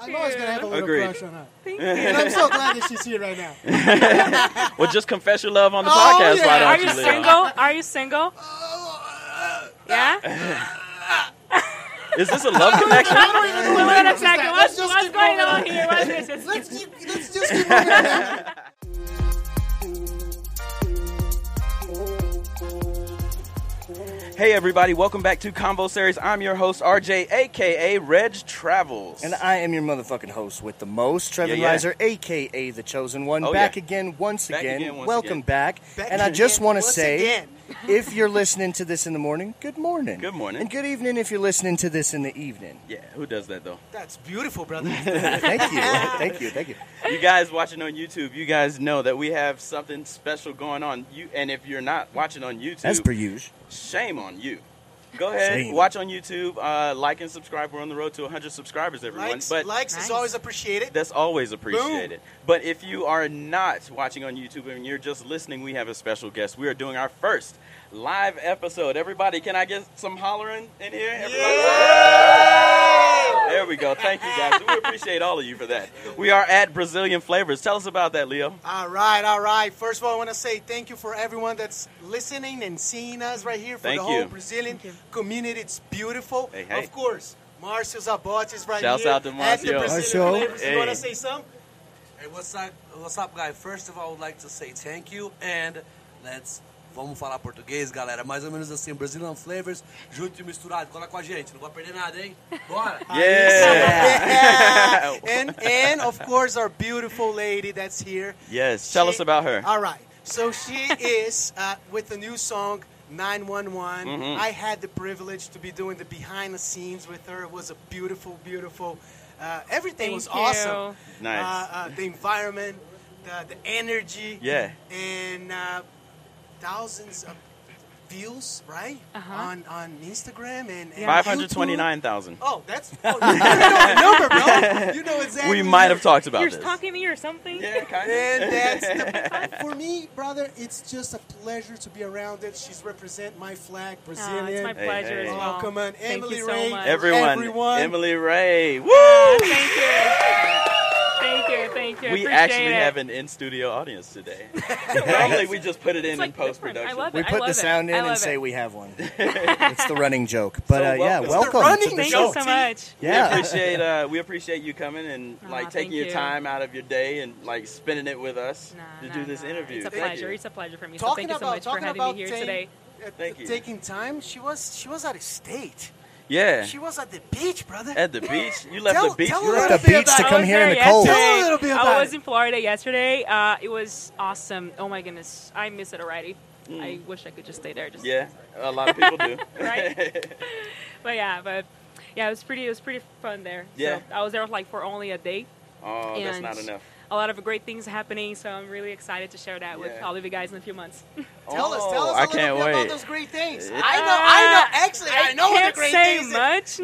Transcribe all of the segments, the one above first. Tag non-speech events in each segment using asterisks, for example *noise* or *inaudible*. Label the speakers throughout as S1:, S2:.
S1: I'm always gonna have a little
S2: Agreed.
S1: crush on her,
S3: Thank you.
S1: and I'm so glad that she's here right now.
S2: Well, just confess your love on the
S1: Oh,
S2: podcast.
S1: yeah.
S2: Why don't
S1: Are
S3: Are you
S2: Leon?
S3: single? Are you single? *laughs* Yeah?
S2: Is this a
S1: *laughs*
S2: love connection?
S1: I don't even know
S3: We're
S1: what
S3: gonna
S1: else is
S3: attack
S1: that.
S3: it. What's,
S1: Let's just
S3: what's
S1: keep
S3: going
S1: moving.
S3: on here? What's this? It's-
S1: Let's keep. Let's just *laughs* keep moving. on.
S2: hey, everybody, welcome back to Combo Series. I'm your host, RJ, aka Reg Travels.
S4: And I am your motherfucking host with the most, Trevor
S2: Yeah, yeah.
S4: Reiser, aka the Chosen One,
S2: Oh,
S4: back
S2: yeah.
S4: again, once
S2: Back
S4: again.
S2: again, once
S4: Welcome
S2: again.
S4: back.
S1: Back
S4: and I just
S1: again,
S4: want to
S1: once
S4: say,
S1: again.
S4: *laughs* if you're listening to this in the morning, good morning.
S2: Good morning.
S4: And good evening if you're listening to this in the evening.
S2: yeah, who does that though?
S1: that's beautiful, brother.
S4: thank you, thank you, thank you.
S2: You guys watching on YouTube, you guys know that we have something special going on. You and if you're not watching on YouTube,
S4: As per usual.
S2: shame on you. Go ahead,
S4: Shame.
S2: watch on YouTube, uh, like and subscribe. We're on the road to 100 subscribers, everyone.
S1: Likes,
S2: but
S1: likes
S3: Nice.
S1: is always appreciated.
S2: That's always appreciated. But if you are not watching on YouTube and you're just listening, we have a special guest. We are doing our first live episode. Everybody, can I get some hollering in here? Everybody? There we go. Thank you guys. We appreciate all of you for that. We are at Brazilian Flavors. Tell us about that, Leo.
S1: All right, all right. First of all, I want to say thank you for everyone that's listening and seeing us right here for
S2: Thank
S1: the whole
S2: you.
S1: Brazilian
S3: Thank you.
S1: community. It's beautiful.
S2: Hey, hey.
S1: Of course, Marcio Zabotti is right
S2: Shouts
S1: here.
S2: out to
S1: at the
S2: Marcio.
S1: Brazilian
S4: Marcio.
S1: Flavors. You
S2: Hey.
S1: want to say something?
S5: Hey, what's up, what's up, guy? First of all, I would like to say thank you and let's. Vamos falar português, galera. Mais ou menos assim, Brazilian Flavors, junto e misturado. Cola com a gente, não vai perder nada, hein? Bora!
S2: *laughs* Yeah.
S1: Yeah. *laughs* and and of course our beautiful lady that's here.
S2: *laughs* Yes. Tell
S1: She-
S2: us about her.
S1: All right. So she is uh, with the new song 911.
S2: Mm-hmm.
S1: I had the privilege to be doing the behind the scenes with her. It was a beautiful, beautiful. Uh, everything
S3: Thank
S1: was
S3: you.
S1: awesome.
S2: Nice.
S1: Uh, uh, the environment, the, the energy.
S2: Yeah.
S1: And uh, thousands of views, right?
S3: Uh-huh.
S1: On on Instagram and, and
S2: Five hundred
S1: YouTube.
S2: twenty-nine thousand.
S1: Oh, that's oh, you know the number, bro. You know
S2: *laughs*
S1: exactly.
S2: We might have talked about
S3: You're
S2: this.
S3: talking to me or something?
S2: Yeah, kind of.
S1: And that's the, *laughs* for me, brother. It's just a pleasure to be around it. She's represent my flag,
S3: Oh,
S1: Brazilian. Uh,
S3: it's my
S2: Hey,
S3: pleasure
S2: hey.
S3: as well.
S1: Oh, come on,
S3: Thank
S1: Emily
S3: you so
S1: Ray.
S3: much.
S2: *laughs* Everyone,
S1: everyone.
S2: Emily Ray. Woo!
S3: Thank you. Thank you. Thank you.
S2: We
S3: Appreciate
S2: actually
S3: it.
S2: have an in-studio
S3: *laughs*
S2: audience today. *laughs* Normally, we just put it
S3: It's
S2: in in
S3: like different.
S2: post-production.
S3: I love
S4: We
S3: it. I
S4: put
S3: love
S4: the
S3: it.
S4: sound
S3: I
S4: in and
S3: love it.
S4: say we have one. it's the running joke. But
S2: So
S4: uh, yeah,
S2: welcome.
S4: welcome
S1: running
S4: to the
S1: joke.
S3: Thank
S4: show.
S3: you so much.
S2: We
S4: Yeah.
S2: appreciate uh, we appreciate you coming and
S3: Aw,
S2: like taking
S3: Ah, thank
S2: your
S3: you.
S2: time out of your day and like spending it with us
S3: Nah,
S2: to
S3: nah,
S2: do this
S3: nah.
S2: interview.
S3: It's a
S2: Thank
S3: pleasure.
S2: you.
S3: It's a pleasure for me. So
S1: Talking
S3: thank you so
S1: about
S3: much for
S1: talking
S3: having
S1: about
S3: me here
S1: Jane-
S3: today.
S1: at-
S2: Thank you.
S1: Taking time. She was she was out of state.
S2: Yeah,
S1: She was at the beach, brother.
S2: at the beach. You left
S1: Tell-
S2: the beach.
S1: tell
S4: You
S1: us-
S4: left the beach to
S3: I
S4: come
S3: was
S4: here in
S3: there
S4: the cold.
S3: yesterday.
S1: Tell a little bit about
S3: I was
S1: it.
S3: in Florida yesterday. Uh, it was awesome. Oh my goodness, I miss it already. I wish I could just stay there. Just
S2: Mm. Yeah, a lot of people do.
S3: *laughs* right. but yeah, but yeah, it was pretty. It was pretty fun there.
S2: Yeah.
S3: So I was there like for only a day.
S2: *laughs* oh, that's
S3: and
S2: not enough.
S3: A lot of great things happening, so I'm really excited to share that with
S2: Yeah.
S3: all of you guys in a few months.
S1: Tell us,
S2: Oh,
S1: tell us a
S2: I
S1: little
S2: can't
S1: bit
S2: wait.
S1: about those great things. I know,
S2: Uh,
S1: I know. Actually, *laughs* I, know
S3: can't
S1: the great
S3: say
S1: things. that-
S3: much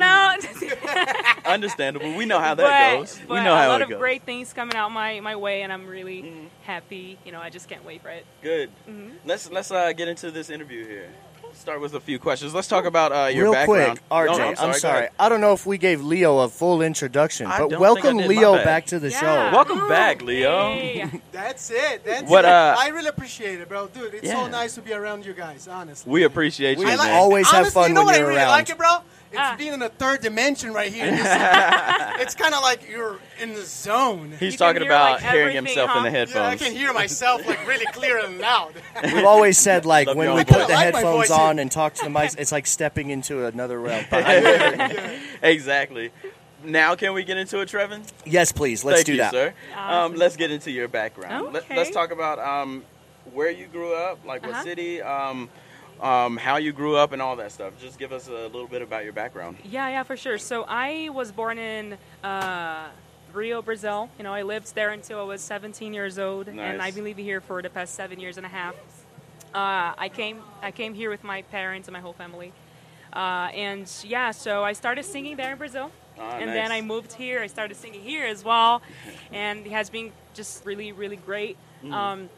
S3: now. *laughs*
S2: Understandable. We know Mm. *laughs* how that
S3: but,
S2: goes.
S3: but
S2: we know
S3: a
S2: how
S3: lot
S2: it
S3: of
S2: goes. Mm.
S3: great things coming out my, my way, and I'm really happy. You know, I just can't wait for it.
S2: Good.
S3: Mm-hmm.
S2: Let's let's uh, get into this interview here. Start with a few questions. Let's talk about uh, your
S4: Real
S2: background.
S4: quick, RJ,
S2: Oh,
S4: I'm sorry.
S2: go ahead.
S4: I don't know if we gave Leo a full introduction,
S2: I
S4: but
S2: don't think I
S4: welcome
S2: did. My
S4: Leo
S2: bad.
S4: back to the
S3: Yeah.
S4: show.
S2: Welcome back, Leo. *laughs*
S3: Yay.
S1: That's it. That's
S2: What,
S1: it.
S2: uh,
S1: I really appreciate it, bro, dude. It's
S2: Yeah.
S1: so nice to be around you guys. Honestly.
S2: We appreciate you,
S4: We
S1: I
S2: man.
S1: like,
S4: Always have
S1: honestly,
S4: fun
S1: you know
S4: when
S1: what
S4: you're
S1: I really
S4: around.
S1: like it, bro? It's
S3: Ah.
S1: being in a third dimension
S2: *laughs*
S1: right here. It's, it's kind of like you're in the zone.
S2: He's
S3: You can
S2: talking
S3: hear,
S2: about
S3: like,
S2: hearing
S3: everything,
S2: himself in the
S3: huh?
S2: headphones.
S1: Yeah, I can hear myself like really clear and *laughs* loud.
S4: We've always said like
S2: Love
S4: when
S2: your
S4: we
S2: own
S4: put
S2: voice.
S4: the
S1: I like my
S4: headphones
S1: voice,
S4: on
S1: too.
S4: and talk to the mics, it's like stepping into another realm.
S2: *laughs* Exactly. Now, can we get into it, Trevin?
S4: yes, please, let's
S2: Thank
S4: do
S2: you,
S4: that.
S2: sir. Um,
S3: Awesome.
S2: let's get into your background.
S3: Okay.
S2: Let, us talk about um, where you grew up, like what
S3: Uh-huh.
S2: city, um, um, how you grew up, and all that stuff. Just give us a little bit about your background.
S3: Yeah, yeah, for sure. So I was born in uh, Rio, Brazil. You know, I lived there until I was 17 years old,
S2: Nice.
S3: and I've been living here for the past seven years and a half. Uh, I came, I came here with my parents and my whole family, uh, and yeah, so I started singing there in Brazil,
S2: Ah,
S3: and
S2: nice.
S3: then I moved here. I started singing here as
S2: *laughs*
S3: well, and it has been just really, really great.
S2: Mm.
S3: Um,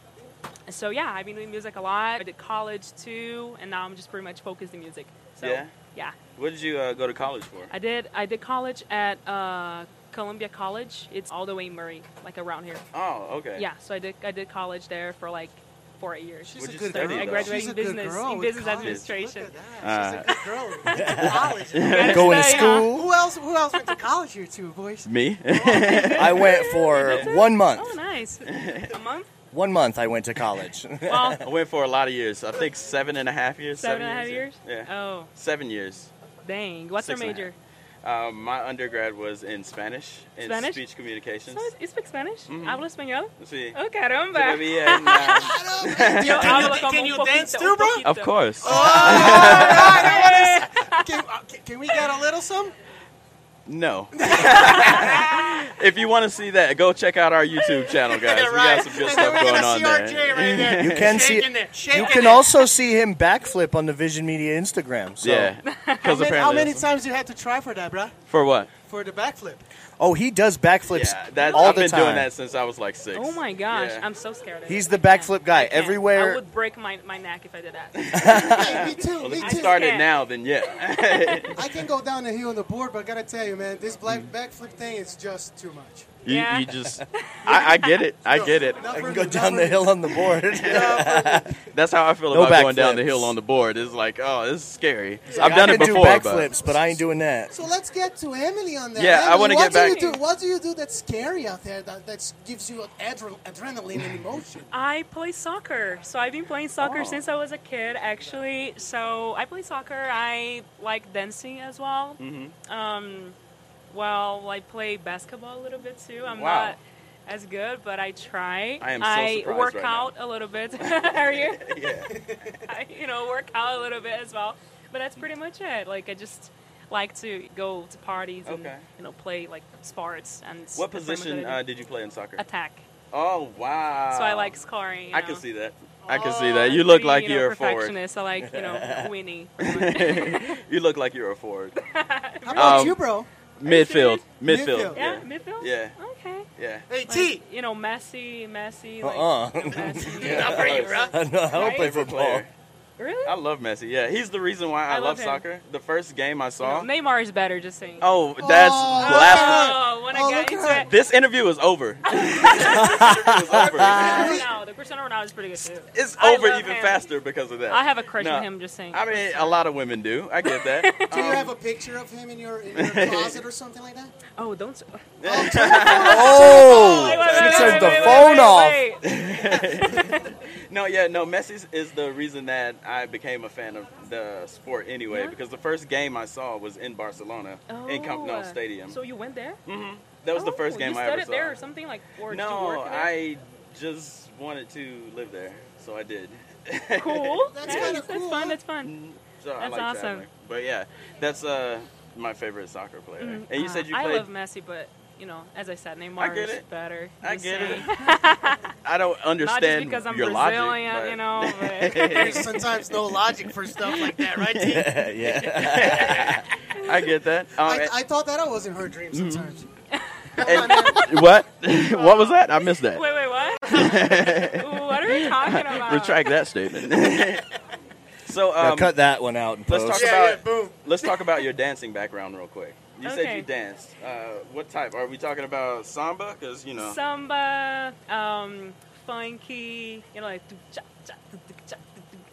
S3: so yeah, I've been doing music a lot. I did college too, and now I'm just pretty much focused in music. So
S2: Yeah.
S3: yeah.
S2: What did you uh, go to college for?
S3: I did. I did college at uh, Columbia College. It's all the way in Murray, like around here.
S2: Oh, okay.
S3: Yeah, so I did I did college there for like four eight years.
S1: She's
S2: What'd
S1: a
S2: you
S1: good
S2: study,
S1: girl.
S2: though? I
S3: graduated
S1: She's
S3: in
S1: a good
S3: business-
S1: girl
S3: in
S1: with
S3: business
S1: college.
S3: administration.
S1: *laughs* Look at that. She's a good girl. Went *laughs* to college.
S3: Gotta
S4: Going to
S3: stay, huh?
S4: school.
S1: Who else? Who else went to college here too, *laughs* boys?
S2: Me?
S4: I went for one
S3: Oh,
S4: month.
S3: nice. A month?
S4: One month I went to college.
S2: *laughs*
S3: Well,
S2: *laughs* I went for a lot of years. I think seven and a half years.
S3: seven and a half
S2: years.
S3: years.
S2: Yeah. Yeah.
S3: Oh,
S2: Seven years.
S3: dang. What's your
S2: Six and a half.
S3: major?
S2: Um, my undergrad was in Spanish, in
S3: Spanish?
S2: speech communications.
S3: ¿Sabes? ¿You speak Spanish?
S2: Mhm.
S3: Hablo español.
S2: Sí.
S3: Oh caramba.
S2: Todavía en, um,
S3: Yo hablo
S1: Can you-
S3: como
S1: can
S3: un
S1: you
S3: poquito,
S1: dance
S3: un
S1: too, bro?
S3: poquito.
S2: of course.
S1: *laughs* Can, uh, can- can we get a little some?
S2: No. *laughs* if you want to see that, go check out our YouTube channel, *laughs* guys. We got some
S1: *laughs*
S2: good
S1: And
S2: stuff
S1: then we're
S2: going
S1: gonna
S2: on
S1: see
S2: there.
S1: RJ right there.
S4: You can see-
S1: shaking it, shaking
S4: You can
S1: it.
S4: also see him backflip on the Vision Media Instagram. So. *laughs*
S2: Yeah.
S1: How
S2: Because
S1: many, how many
S2: apparently.
S1: times you had to try for that, bruh?
S2: For what?
S1: For
S2: *laughs*
S1: the backflip.
S4: Oh, he does backflips
S2: Yeah, that,
S4: all
S2: I've
S4: the
S2: been
S4: time.
S2: doing that since I was like six.
S3: Oh my gosh,
S2: Yeah.
S3: I'm so scared. Of
S4: He's
S3: it.
S4: the
S3: I can't.
S4: backflip guy.
S3: I can't.
S4: Everywhere-
S3: I would break my, my neck if I did that.
S1: me too.
S2: Well, if
S1: Me
S2: you
S1: too.
S2: started
S3: can't.
S2: now, then yeah.
S1: *laughs*
S2: *laughs*
S1: I can go down the hill on the board, but I gotta tell you, man, this black backflip thing is just too much.
S2: you,
S3: Yeah.
S2: you just. I, I get it. I get it.
S4: I can go down the hill on the
S2: *laughs*
S4: board.
S2: That's how I feel
S4: No
S2: about going down
S4: backflips.
S2: the hill on the board. It's like, oh, this is scary.
S4: I
S2: I've done it
S4: can
S2: before,
S4: do
S2: but
S4: backflips, but I ain't doing that. *laughs*
S1: So let's get to Emily on that.
S2: Yeah, I
S1: Emily,
S2: wanna get
S1: what do
S2: back-
S1: You do, what do you do that's scary out there that that's gives you adre- adrenaline and emotion? *laughs*
S3: I play soccer. So I've been playing soccer
S2: Oh.
S3: since I was a kid, actually. So I play soccer. I like dancing as well. Mm-hmm. Um, well, I play basketball a little bit too. I'm
S2: Wow.
S3: not as good, but I try.
S2: I am so surprised
S3: work
S2: right now.
S3: out a little bit. *laughs* Are you?
S2: yeah.
S3: I, you know, work out a little bit as well. But that's pretty much it. Like I just like to go to parties
S2: Okay.
S3: and you know play like sports and.
S2: What
S3: that's pretty much
S2: position
S3: what I
S2: uh,
S3: do.
S2: did you play in soccer?
S3: Attack.
S2: Oh wow!
S3: So I like scoring. you
S2: I can
S3: know.
S2: see that. I can
S3: Oh,
S2: see that.
S3: I'm
S2: You look
S3: pretty,
S2: like
S3: you know,
S2: you're a forward.
S3: perfectionist. I like you
S2: *laughs*
S3: know *laughs* winning.
S2: you look like you're a forward.
S3: *laughs*
S1: How about
S2: Um,
S1: you, bro?
S2: Midfield.
S1: Midfield.
S2: Midfield.
S3: yeah,
S2: Yeah.
S3: midfield.
S2: Yeah.
S3: Okay.
S2: Yeah.
S1: Hey,
S3: Like,
S1: T.
S3: you know, messy, messy. Like,
S4: Uh-uh.
S1: *laughs*
S3: Messi.
S2: Not for you, bro.
S4: I don't I don't play
S3: Right?
S4: football.
S3: Really?
S2: I love Messi. Yeah, he's the reason why I,
S3: I love
S2: love
S3: him.
S2: soccer. The first game I saw.
S3: No, Neymar is better. Just saying.
S2: oh, that's
S1: Oh,
S2: blasphemy!
S3: Oh, when I
S1: Oh,
S3: got
S1: look
S3: into
S1: at
S3: it.
S2: This interview
S3: *laughs*
S2: is over. this interview is over.
S1: Uh,
S3: Ronaldo, Cristiano Ronaldo is pretty good too.
S2: It's
S3: I
S2: over
S3: love
S2: even
S3: him.
S2: faster because of that.
S3: I have a crush
S2: No,
S3: on him. Just saying.
S2: I mean, a lot of women do. I
S3: *laughs*
S2: get that.
S1: Do you
S2: Um,
S1: have a picture of him in your, in your closet or something like that?
S3: oh, don't.
S4: Oh,
S3: *laughs*
S4: *laughs*
S2: *laughs*
S3: Wait, wait, wait,
S4: she
S3: wait,
S4: turned
S3: wait,
S4: the
S3: wait,
S4: phone
S3: wait,
S4: off.
S3: wait.
S2: No, yeah, no. Messi is the reason that I became a fan of the sport anyway,
S3: Yeah?
S2: because the first game I saw was in Barcelona *laughs* in Camp Nou
S3: Oh,
S2: Stadium.
S3: So you went there?
S2: that was the
S3: Oh,
S2: first game
S3: you
S2: I ever
S3: studied there or
S2: saw.
S3: something like? Or did you
S2: No,
S3: work there?
S2: I just wanted to live there, so I did. *laughs*
S3: Cool.
S1: *laughs* That's kinda cool,
S3: fun.
S1: huh?
S3: That's fun.
S2: So I
S3: That's
S2: like
S3: awesome.
S2: traveling. But yeah, that's uh my favorite soccer player. And you
S3: Uh,
S2: said you
S3: I
S2: played.
S3: love Messi, but you know, as I said, Neymar
S2: get
S3: is
S2: it.
S3: better.
S2: I
S3: Just
S2: get
S3: saying. *laughs*
S2: it. I don't
S3: Not
S2: understand
S3: just because I'm
S2: your
S3: Brazilian,
S2: logic. but-
S3: you
S2: *laughs*
S3: know. But *laughs*
S1: There's sometimes no logic for stuff like that,
S4: *laughs*
S1: right? T?
S4: yeah.
S2: I get
S3: *laughs*
S2: that. Um,
S1: I, I thought that I was in her dream sometimes.
S2: and- *laughs* what? what was that? I missed that.
S3: wait, wait, *laughs* what?
S2: *laughs*
S3: what are we talking about?
S2: Retract
S3: *laughs*
S2: that statement. *laughs* so
S4: Now
S2: um,
S4: cut that one out and
S2: let's
S4: post.
S2: talk
S1: Yeah, yeah,
S2: about
S1: boom.
S2: let's talk about your dancing background real quick. You said
S3: Okay.
S2: you danced. Uh, what type? Are we talking about samba? Because you know.
S3: Samba, um, funky, you know, like. do-cha, cha, do-cha, do-cha,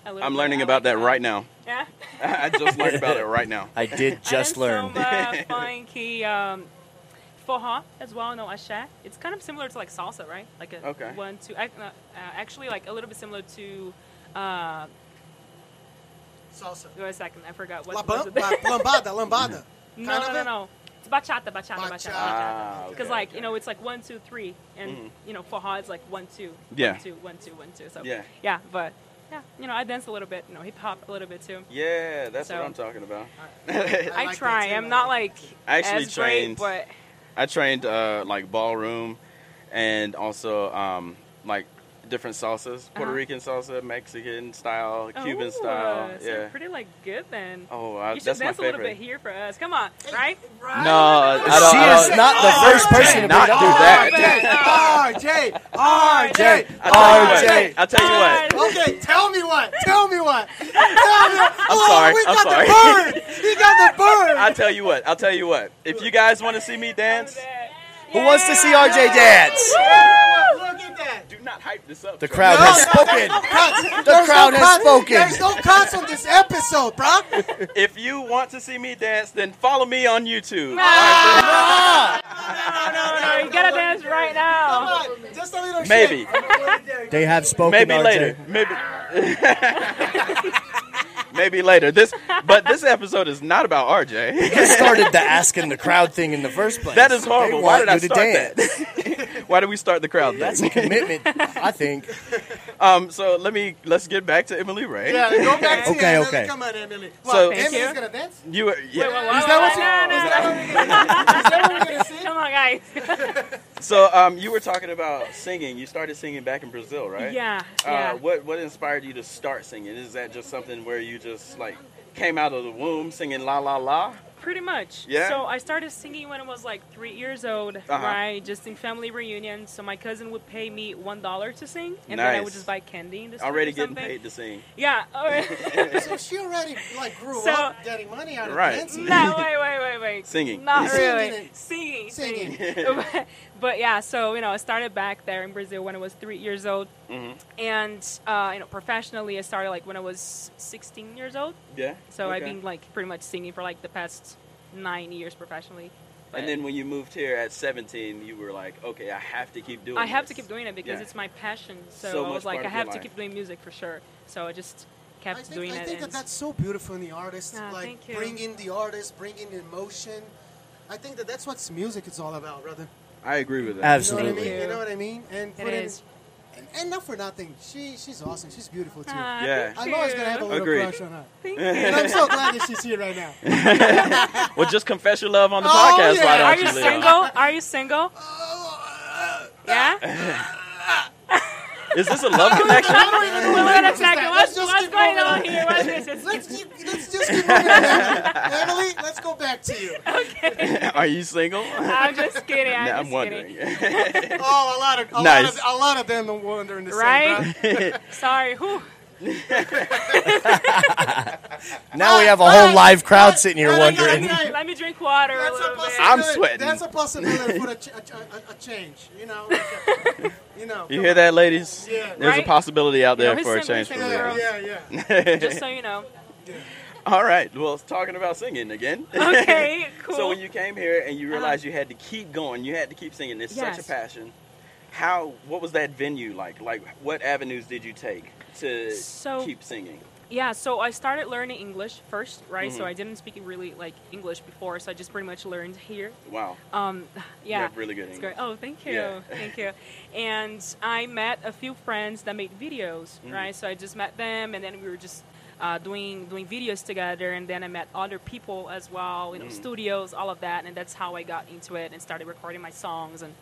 S3: a little
S2: I'm
S3: bit.
S2: learning
S3: I
S2: about
S3: like
S2: that right now. *laughs*
S3: Yeah.
S2: I just learned about it
S3: *laughs*
S2: right now.
S4: I did just
S3: and
S4: learn.
S2: *laughs*
S3: Samba, funky, um, forró as well. No, axé. It's kind of similar to like salsa, right? Like a
S2: Okay.
S3: one, two. ac- Uh, uh, actually, like a little bit similar to. Uh,
S1: Salsa.
S3: wait a second, I forgot
S1: La,
S3: what
S1: ba-
S3: was it.
S1: la, lambada, lambada.
S3: No,
S1: Kind
S3: no,
S1: of
S3: no,
S1: it?
S3: no. It's bachata, bachata, bachata.
S1: Bachata.
S3: bachata.
S2: Ah,
S3: Because,
S2: okay,
S3: like,
S2: okay.
S3: you know, it's like one, two, three. And, you know, Faha is like one, two, one,
S2: Yeah.
S3: two, one, two, one, two. So,
S2: Yeah.
S3: yeah, but, yeah, you know, I dance a little bit, you know, hip hop a little bit too.
S2: Yeah, that's
S3: So-
S2: what I'm
S3: *laughs*
S2: talking about. *laughs*
S1: I
S3: I,
S1: like that
S3: try.
S1: too,
S3: I'm
S1: I
S3: not like
S2: I actually
S3: as
S2: trained.
S3: great,
S2: I trained uh, like ballroom, and also um, like different salsas: Puerto
S3: Uh-huh.
S2: Rican salsa, Mexican style,
S3: but
S2: Cuban
S3: oh,
S2: style.
S3: So
S2: yeah.
S3: you're pretty like good then.
S2: Oh, I,
S3: you should
S2: that's my
S3: dance a
S2: favorite.
S3: little bit here for us. Come on, right?
S2: No, I don't.
S4: She
S2: I
S4: is
S2: don't-
S4: not the first person to
S2: not
S4: bring up
S2: do that.
S1: RJ, RJ,
S2: I tell you what. I tell
S1: RJ.
S2: you what.
S1: Okay, tell me what. Tell me what. Tell me. oh,
S2: sorry,
S1: We
S2: I'm
S1: got
S2: sorry.
S1: the bird. He got the bird.
S2: I'll tell you what. I'll tell you what. If you guys want to see me dance,
S4: Who wants to see RJ dance?
S1: Look at that.
S2: Do not hype this up.
S4: The
S2: Trey.
S4: crowd
S1: No,
S4: has
S1: no,
S4: spoken.
S1: Cuts.
S4: The crowd has spoken.
S1: There's no cuts on this episode, bro.
S2: If you want to see me dance, then follow me on YouTube.
S3: No, no, you gotta dance right
S1: Come
S3: now.
S1: on, just a little
S2: Maybe.
S1: shake.
S4: They have spoken.
S2: Maybe
S4: RJ.
S2: later. Maybe. Maybe *laughs* later. This, but this episode is not about RJ.
S4: You started the asking the crowd thing in the first place.
S2: That is
S4: They
S2: horrible.
S4: want
S2: Why did I
S4: you to
S2: start
S4: dance.
S2: that? *laughs* Why did we start the crowd?
S4: That's
S2: That's
S4: a commitment, I
S2: *laughs*
S4: think.
S2: um. So let me let's get back to Emily Ray.
S1: Yeah, go back to
S4: Okay,
S1: Emily.
S4: okay.
S1: Come on, Emily. What,
S2: So-
S3: Thank
S1: Emily's
S3: you.
S1: gonna dance?
S2: You were- yeah.
S1: Is that what you-
S3: no,
S1: is
S3: no,
S1: that what we're gonna- is that what we're gonna see?
S3: Come on, guys.
S2: So um, you were talking about singing. You started singing back in Brazil, right?
S3: Yeah,
S2: Uh,
S3: yeah.
S2: What What inspired you to start singing? Is that just something where you just like came out of the womb singing la la la?
S3: Pretty much.
S2: Yeah?
S3: So I started singing when I was like three years old,
S2: Uh-huh.
S3: right? Just in family reunions. So my cousin would pay me one dollar to sing, and then I
S2: Nice.
S3: would just buy candy. In the store
S2: Already
S3: or
S2: getting
S3: something.
S2: paid to sing.
S3: *laughs*
S2: *laughs*
S3: Yeah. alright.
S1: So she already like grew
S3: So-
S1: up getting money out of
S2: Right.
S1: dancing.
S3: no, wait, wait, wait, wait.
S2: Singing.
S3: Not
S1: Singing
S3: really.
S1: it.
S3: Singing.
S1: Singing.
S3: but, *laughs* but yeah, so you know, I started back there in Brazil when I was three years old,
S2: Mhm.
S3: and uh, you know, professionally, I started like when I was 16 years old.
S2: Yeah.
S3: So I've
S2: Okay.
S3: been like pretty much singing for like the past nine years professionally.
S2: And then when you moved here at 17, you were like, okay, I have to keep doing.
S3: I have to
S2: this.
S3: keep doing it because
S2: Yeah.
S3: it's my passion. So,
S2: So
S3: I
S2: much
S3: was like,
S2: part
S3: I
S2: of your
S3: have to
S2: life.
S3: keep doing music for sure. So I just kept
S1: I think,
S3: doing
S1: I
S3: it.
S1: think that
S3: and-
S1: that's so beautiful in the artist,
S3: Ah,
S1: like
S3: thank you.
S1: bringing the artist, bringing the emotion. I think that that's what music is all about, brother.
S2: I agree with that.
S1: You know what I
S4: Absolutely.
S1: mean? You know what I mean? And
S3: It
S1: put in-
S3: is.
S1: And, and not for nothing, she she's awesome. She's beautiful too.
S3: Ah, *laughs*
S2: Yeah.
S3: thank
S1: I'm always gonna have a
S3: you.
S1: little
S2: Agreed.
S1: crush on her. *laughs*
S3: Thank
S2: *laughs*
S1: And I'm so glad that she's here right now.
S2: Well, just confess your love on the
S1: Oh,
S2: podcast.
S1: yeah.
S2: Why don't
S3: *laughs* Are
S2: you,
S3: you
S2: Leon?
S3: single? Are you single? Yeah?
S2: *laughs* Is this a love
S3: *laughs*
S2: connection?
S1: I don't even know
S3: We're
S1: what
S3: gonna
S1: that was.
S3: attack it. What's,
S1: Let's just
S3: what's
S1: keep
S3: going
S1: moving
S3: on here? What is this?
S1: *laughs* Let's keep, let's just keep moving on. Emily, let's go back to you.
S2: Are you single?
S3: I'm just kidding. Uh, I'm,
S2: *laughs* Nah,
S3: just
S2: I'm wondering.
S3: kidding.
S1: Oh, a lot of a, lot,
S2: Nice.
S1: of, a lot of them are wondering the same.
S3: Right?
S1: Bro.
S3: *laughs* Sorry. Whew.
S4: Now we have a whole live crowd sitting here
S1: Alright, alright,
S4: wondering.
S1: alright.
S3: Let me drink water a
S1: That's a
S3: little bit.
S1: possibility.
S2: I'm sweating.
S1: That's a possibility for a, ch- a, a, a change. You know, like
S2: *laughs*
S1: a- you know.
S2: *laughs* You hear that, ladies?
S1: Yeah.
S2: There's a
S3: Right?
S2: possibility out
S3: You know,
S2: there
S3: he's
S2: for a
S3: single,
S2: change
S3: he's
S2: for
S3: single,
S2: Leon.
S3: girl.
S1: Yeah, yeah, yeah.
S3: *laughs* Just so you know.
S2: *laughs* All right. Well, talking about singing again.
S3: Okay, cool.
S2: *laughs*
S3: Uh-huh.
S2: So when you came here and you realized you had to keep going, you had to keep singing. It's such
S3: Yes.
S2: a passion. How? What was that venue like? Like, what avenues did you take to
S3: So-
S2: keep singing?
S3: Yeah, so I started learning English first, right? So
S2: Mhm.
S3: I didn't speak really like English before, so I just pretty much learned here.
S2: Wow.
S3: Um, yeah,
S2: have really good
S3: It's
S2: English.
S3: great. Oh, thank you,
S2: Yeah.
S3: *laughs* thank you. And I met a few friends that made videos,
S2: Mm-hmm.
S3: right? So I just met them, and then we were just uh, doing doing videos together, and then I met other people as well, you know,
S2: Mm-hmm.
S3: studios, all of that, and that's how I got into it and started recording my songs and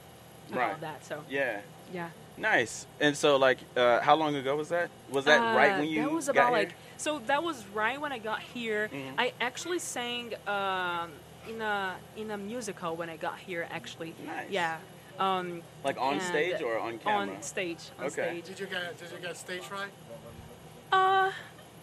S3: all
S2: Right.
S3: of that. So
S2: Yeah.
S3: yeah.
S2: Nice. And so, like, uh, how long ago was that? Was that right
S3: Uh,
S2: when you
S3: that was
S2: got
S3: about
S2: here?
S3: like so that was right when I got here.
S2: Mhm.
S3: I actually sang um, in a in a musical when I got here. Actually,
S2: Nice.
S3: yeah, um,
S2: Like on
S3: and
S2: stage or on camera?
S3: on stage, on
S2: Okay.
S3: stage.
S1: Did you get Did you get stage fright?
S3: Uh,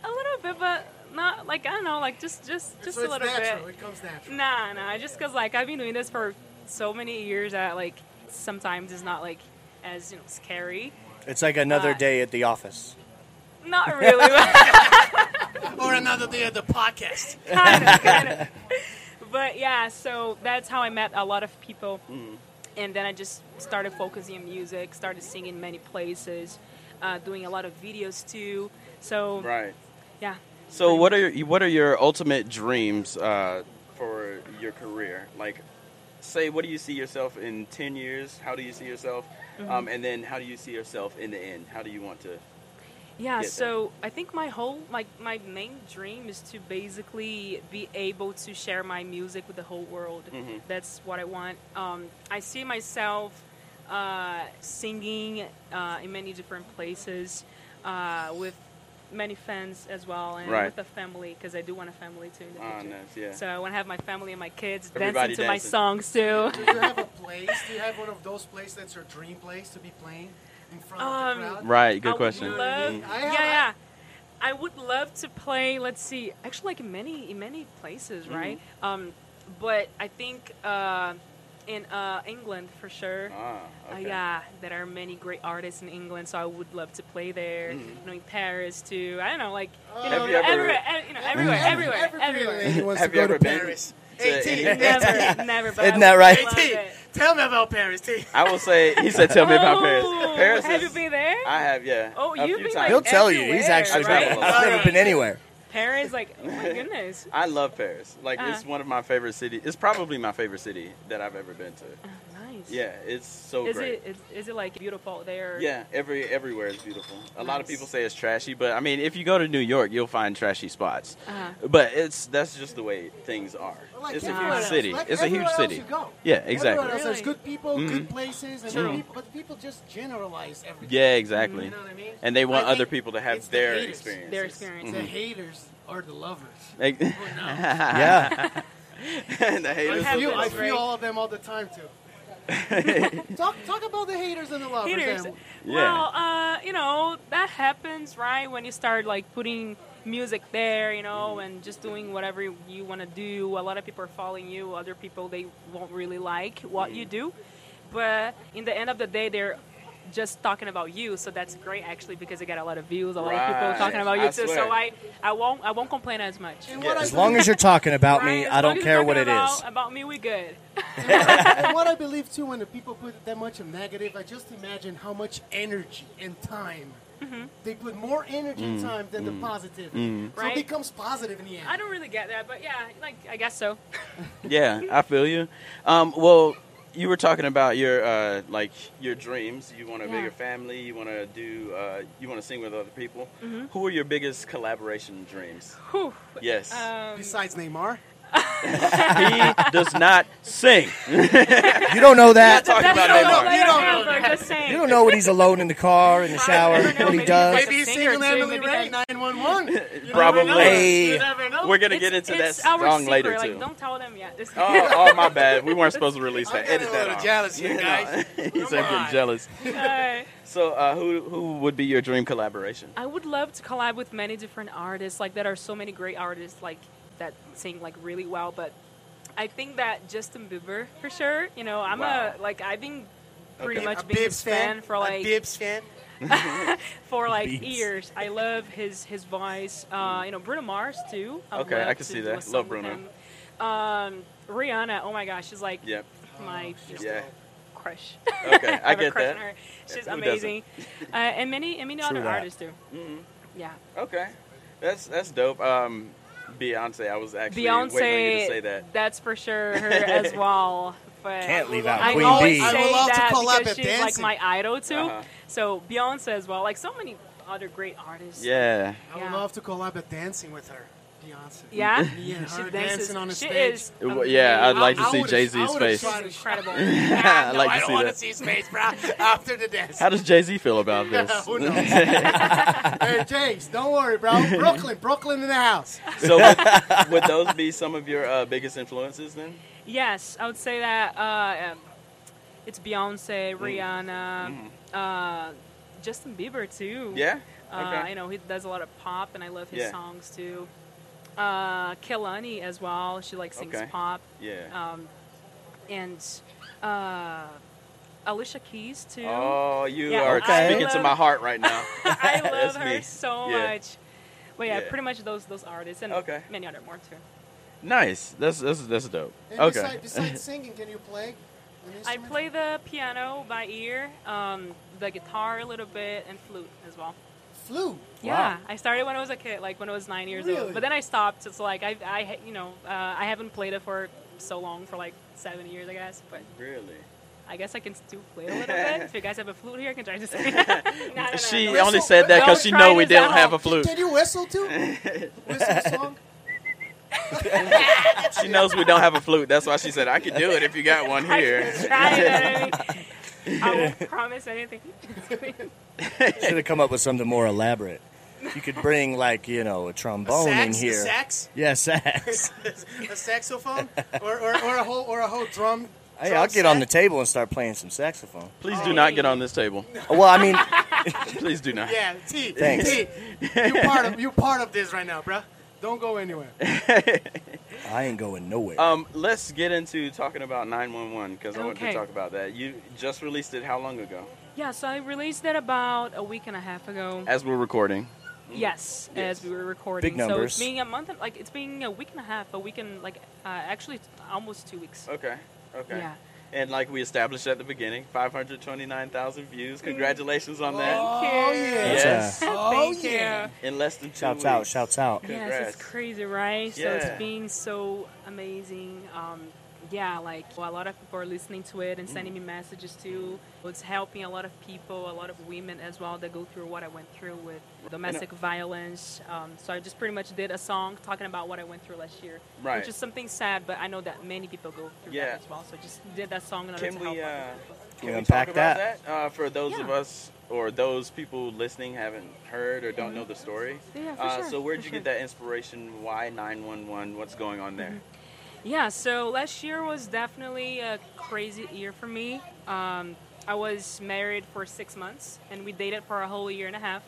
S3: a little bit, but not like I don't know, like just just just
S1: so
S3: a little
S1: it's natural.
S3: bit.
S1: It comes natural.
S3: Nah, nah, just cause like I've been doing this for so many years that like sometimes it's not like as you know scary.
S4: It's like another
S3: Uh,
S4: day at the office.
S3: Not really. *laughs* but-
S1: Or another day at
S3: *laughs*
S1: the podcast.
S3: kind of, kind of. *laughs* But yeah, so that's how I met a lot of people,
S2: Mm-hmm.
S3: and then I just started focusing on music, started singing in many places, uh, doing a lot of videos too. So
S2: Right.
S3: yeah,
S2: So, what are your, what are your ultimate dreams uh, for your career? Like, say, what do you see yourself in ten years? How do you see yourself? Um, and then, how do you see yourself in the end? How do you want to?
S3: yeah.
S2: Get
S3: So I think my whole my my main dream is to basically be able to share my music with the whole world.
S2: Mhm.
S3: That's what I want. Um, I see myself uh, singing uh, in many different places uh, with many fans as well and
S2: Right.
S3: with a family because I do want a family too in the
S2: Ah,
S3: future.
S2: nice, yeah.
S3: So I want to have my family and my kids
S2: Everybody
S3: dancing to my
S2: dancing.
S3: songs too.
S1: Do you have a place? Do you have one of those places that's your dream place to be playing in front of the
S3: Um,
S1: crowd?
S2: Right.
S3: I Would love,
S1: Mhm. I-
S3: yeah,
S1: I-
S3: yeah. I would love to play. Let's see.
S2: Mm-hmm.
S3: Actually, like in many in many places, right? Um, but I think uh, in uh, England for sure.
S2: Ah,
S3: Uh,
S2: okay.
S3: yeah, there are many great artists in England, so I would love to play there. You know, in Paris too. I don't know, like you know,
S2: Mm-hmm. Have you ever-
S3: everywhere, ev- you know, everywhere, everywhere,
S1: Every- every
S3: everywhere.
S1: Brazilian wants
S2: Have
S1: to
S2: you
S1: go
S2: ever
S1: to
S2: been
S1: Paris.
S2: to *laughs* any-
S3: never, never.
S2: *laughs*
S3: But I
S4: Isn't that
S3: would *laughs*
S4: right?
S3: love
S1: T,
S3: it.
S1: tell me about Paris, T.
S2: I will say he said, "Tell me about
S3: Oh,
S2: Paris." Paris
S3: have
S2: is-
S3: you been there?
S2: I have, yeah.
S3: Oh,
S2: a
S3: you've
S2: few
S3: been,
S2: times.
S4: He'll tell you.
S3: everywhere,
S4: He's actually
S2: right?
S4: I've never been anywhere.
S3: Paris, like, oh
S2: *laughs*
S3: my goodness.
S2: I love Paris. Like it's
S3: Uh-huh.
S2: one of my favorite cities. It's probably my favorite city that I've ever been to.
S3: Nice.
S2: Yeah, it's so
S3: Is
S2: Oh, great.
S3: it is, is it like beautiful there?
S2: Yeah, every everywhere is beautiful. A lot of
S3: Nice.
S2: people say it's trashy, but I mean, if you go to New York, you'll find trashy spots.
S3: Uh-huh.
S2: But it's that's just the way things are.
S1: Like
S2: it's a
S1: everywhere
S2: huge
S1: else.
S2: city.
S1: Like
S2: it's a huge
S1: everywhere else
S2: city.
S1: you go.
S2: Yeah,
S1: Everywhere
S2: exactly. Mm-hmm.
S1: else, there's
S3: Really?
S1: good people, good places, and
S2: True.
S1: people, but people just generalize everything.
S2: Yeah, exactly.
S1: You know what I mean?
S2: And they want
S1: I think
S2: other people to
S1: it's
S2: have
S1: the
S2: their
S1: haters.
S2: experience. Mm-hmm.
S3: Their experience.
S1: The haters are the lovers. *laughs*
S2: Like-
S1: Who knows?
S4: Yeah.
S2: *laughs* the haters.
S1: I
S3: have
S1: feel,
S3: those,
S1: I feel
S3: right?
S1: all of them all the time too.
S2: *laughs*
S1: talk, talk about the haters and the lovers.
S3: Haters.
S1: then.
S3: Well, uh, you know that happens, right? When you start like putting music there, you know, and just doing whatever you want to do. A lot of people are following you. Other people they won't really like what you do, but in the end of the day, they're just talking about you. So that's great actually because you get a lot of views. A lot of people
S2: Right.
S3: talking about you
S2: I
S3: too. So
S2: swear.
S3: I, I won't I won't complain as much.
S1: And
S2: Yeah.
S1: what,
S2: As
S1: I
S4: As long as you're talking about me,
S3: Right? As
S4: I
S3: long
S4: don't
S3: as
S4: care
S3: you're
S4: what it
S3: talking
S4: is.
S3: about, About me, we good.
S2: *laughs*
S1: and what I believe too, when the people put that much of negative, I just imagine how much energy and time.
S3: Mm-hmm.
S1: They put more energy and
S2: Mm.
S1: time than the positive, so
S3: Right.
S1: it becomes positive in the end.
S3: I don't really get that, but yeah, like I guess so. *laughs*
S2: Yeah, I feel you. Um, well, you were talking about your uh, like your dreams. You want a
S3: Yeah.
S2: bigger family. You want to do. Uh, you want to sing with other people.
S3: Mm-hmm.
S2: Who are your biggest collaboration
S3: *laughs*
S2: dreams?
S3: Whew.
S2: Yes,
S3: Um,
S1: Besides Neymar,
S2: he does not
S3: *laughs*
S2: sing.
S4: You don't know that.
S2: Talk
S3: That's
S2: about
S3: so
S2: Neymar.
S3: low,
S1: You don't know
S3: Amber,
S2: *laughs*
S3: just saying.
S4: You don't know when he's alone in the car, in the shower,
S3: don't know,
S4: what he
S3: maybe
S4: does.
S3: Uh, he's
S1: maybe he's
S3: singer
S1: singing
S3: too,
S1: Emily
S3: maybe
S1: Ray,
S3: *laughs* that's-
S1: nine one one.
S2: Probably.
S1: You never know.
S2: We're gonna
S3: It's-
S2: get into that
S3: it's our
S2: song
S3: secret,
S2: later
S3: like,
S2: too.
S3: Don't tell them yet. It's-
S2: Oh, oh, my bad. We weren't supposed to release
S1: I'm
S2: that. Edit
S1: getting a
S2: that
S1: little
S2: out.
S1: jealous here,
S2: No. *laughs*
S1: guys.
S2: he said
S1: Come
S2: getting
S1: on.
S2: jealous.
S3: *laughs* Uh,
S2: So, uh, who who would be your
S3: *laughs*
S2: dream collaboration?
S3: I would love to collab with many different artists. Like there are so many great artists like that sing like really well. But I think that Justin Bieber for sure. You know, I'm
S2: Wow.
S3: a like I've been pretty
S2: Okay.
S1: A
S3: much been his
S1: Bibbs
S3: fan
S1: fan
S3: for like
S1: a Bibbs fan.
S3: for like
S4: Beats.
S3: years. I love his his voice. Uh, you know, Bruno Mars too. I
S2: Okay, I can see that. Love Bruno.
S3: Um, Rihanna, oh my gosh, she's like
S2: Yep.
S3: my
S2: Yeah.
S1: *laughs*
S3: crush.
S2: Okay,
S3: I
S2: I
S3: have a
S2: get
S3: crush on
S2: that.
S3: her. She's
S2: Who doesn't?
S3: amazing, uh, and many and many
S4: True
S3: other
S4: that.
S3: artists too.
S1: Mm-hmm.
S3: Yeah,
S2: Okay, that's that's dope. Um, Beyonce, I was actually waiting on you
S3: Beyonce.
S2: to say that.
S3: That's for sure
S2: *laughs*
S3: her as well. But
S4: Can't leave out
S3: I
S4: Queen
S3: always
S4: Bee.
S1: I
S3: say
S1: would love to
S3: that
S1: collab
S3: because
S1: at
S3: she's
S1: dancing.
S3: like my idol too.
S2: Uh-huh.
S3: So Beyonce as well, like so many other great artists.
S2: Yeah, *laughs*
S1: I would
S3: Yeah.
S1: love to collab at dancing with her, Beyonce.
S2: *laughs*
S3: Yeah,
S1: Me and
S3: she
S1: her
S3: dances.
S1: dancing on a
S3: she
S1: stage.
S3: is.
S2: Well, yeah, I'd like to
S3: amazing.
S2: see
S1: would've-
S2: Jay-Z's
S1: I would've
S2: face.
S1: tried
S3: She's
S1: to-
S2: *laughs*
S3: incredible.
S2: I'd like
S1: I
S2: to
S1: don't
S2: see
S1: want
S2: that.
S1: see his face, bro, after
S2: *laughs*
S1: the dance.
S2: How does Jay Z feel
S3: *laughs*
S2: about this?
S1: Who knows? hey, James, don't worry, bro. Brooklyn, Brooklyn in the house.
S2: *laughs* so, would, would those be some of your uh, biggest influences then?
S3: Yes, I would say that uh, um, it's Beyonce,
S2: Mm.
S3: Rihanna, uh, Justin Bieber too.
S2: Yeah.
S3: Uh,
S2: Okay.
S3: You know, he does a lot of pop, and I love his
S2: Yeah.
S3: songs too. Uh, Kelani as well. She like sings
S2: Okay.
S3: pop,
S2: yeah.
S3: um, and uh, Alicia Keys too.
S2: Oh, you
S3: Yeah,
S2: are
S4: Okay.
S2: speaking to
S3: love-
S2: my heart right now.
S3: *laughs* I love
S2: *laughs* That's
S3: her
S2: me.
S3: so
S2: Yeah.
S3: much. But yeah,
S2: Yeah.
S3: pretty much those those artists and
S2: Okay.
S3: many other more too.
S2: Nice. That's that's that's dope.
S1: And
S2: Okay.
S1: besides, besides singing, can you play? an
S3: I
S1: instrument?
S3: play the piano by ear, um, the guitar a little bit, and flute as well.
S1: flute.
S3: Yeah, I started when I was a kid, like when I was nine years
S1: Really?
S3: old. But then I stopped. It's like I, I, ha- you know, uh, I haven't played it for so long, for like seven years, I guess. But
S2: Really.
S3: I guess I can still play
S2: *laughs*
S3: a little bit. If you guys have a flute here, I can try to *laughs* sing. no, no, no,
S2: She
S3: no.
S1: Whistle-
S2: only said that
S3: Don't
S2: because she
S3: try
S2: know we
S3: this at
S2: don't have
S3: home.
S2: a flute.
S1: Can you whistle too?
S2: *laughs*
S1: whistle a song.
S2: She knows we don't have a flute. That's why she said I could do it if you got one
S3: I
S2: here.
S3: can try it. I
S2: *laughs*
S3: mean, I won't promise anything. *laughs*
S4: Should have come up with something more elaborate. You could bring like you know a trombone in
S1: sax, a
S4: here.
S1: sax, *laughs*
S4: Yeah, sax.
S1: a saxophone, or, or, or a whole or a whole drum.
S4: Hey,
S1: drum
S4: I'll get on the
S1: set.
S4: table and start playing some saxophone.
S2: Please do not get on this table.
S4: Well, I mean,
S2: Please do not.
S1: Yeah, T.
S4: Thanks.
S1: T. You part of you part of this right now, bruh. Don't go anywhere.
S4: I ain't going nowhere.
S3: Oh,
S2: Um, let's get into talking about 911 because I want to
S3: Okay.
S2: talk about that. You just released it how long ago?
S3: Yeah, so I released that about a week and a half ago.
S2: As we're recording.
S3: Yes,
S2: Yes.
S3: as we were recording.
S4: Big
S3: So
S4: numbers.
S3: it's being a month, and- like it's being a week and a half, a week and like uh, actually t- almost two weeks.
S2: Okay. Okay.
S3: Yeah.
S2: And like we established at the beginning, 529,000
S3: Mm.
S2: views. Congratulations on that.
S3: Thank
S1: Oh,
S3: you.
S4: That's
S2: Yes.
S4: a-
S3: Thank you.
S2: In less than two
S4: shouts out,
S2: weeks.
S4: shouts out.
S3: Yes, it's
S2: Congrats.
S3: crazy, right? So
S2: Yeah.
S3: it's been so amazing. Um, yeah, like well, a lot of people are listening to it and
S2: Mm.
S3: sending me messages too. It's helping a lot of people, a lot of women as well that go through what I went through with
S2: uh,
S3: domestic violence. Um, so I just pretty much did a song talking about what I went through last year,
S2: Right.
S3: which is something sad, but I know that many people go through
S2: Yeah.
S3: that as well. So I just did that song in order
S2: Can
S3: to
S2: we,
S3: help. other
S2: uh,
S3: people.
S2: Can
S4: You
S2: we
S4: unpack
S2: talk about that,
S4: that?
S2: uh, for those of
S3: Yeah.
S2: us or those people listening haven't heard or don't know the story?
S3: Yeah, for
S2: uh,
S3: sure,
S2: So where'd
S3: for
S2: you get
S3: sure.
S2: that inspiration? Why 911? What's going on there?
S3: Mm-hmm. Yeah, so last year was definitely a crazy year for me. Um, I was married for six months and we dated for a whole year and a half.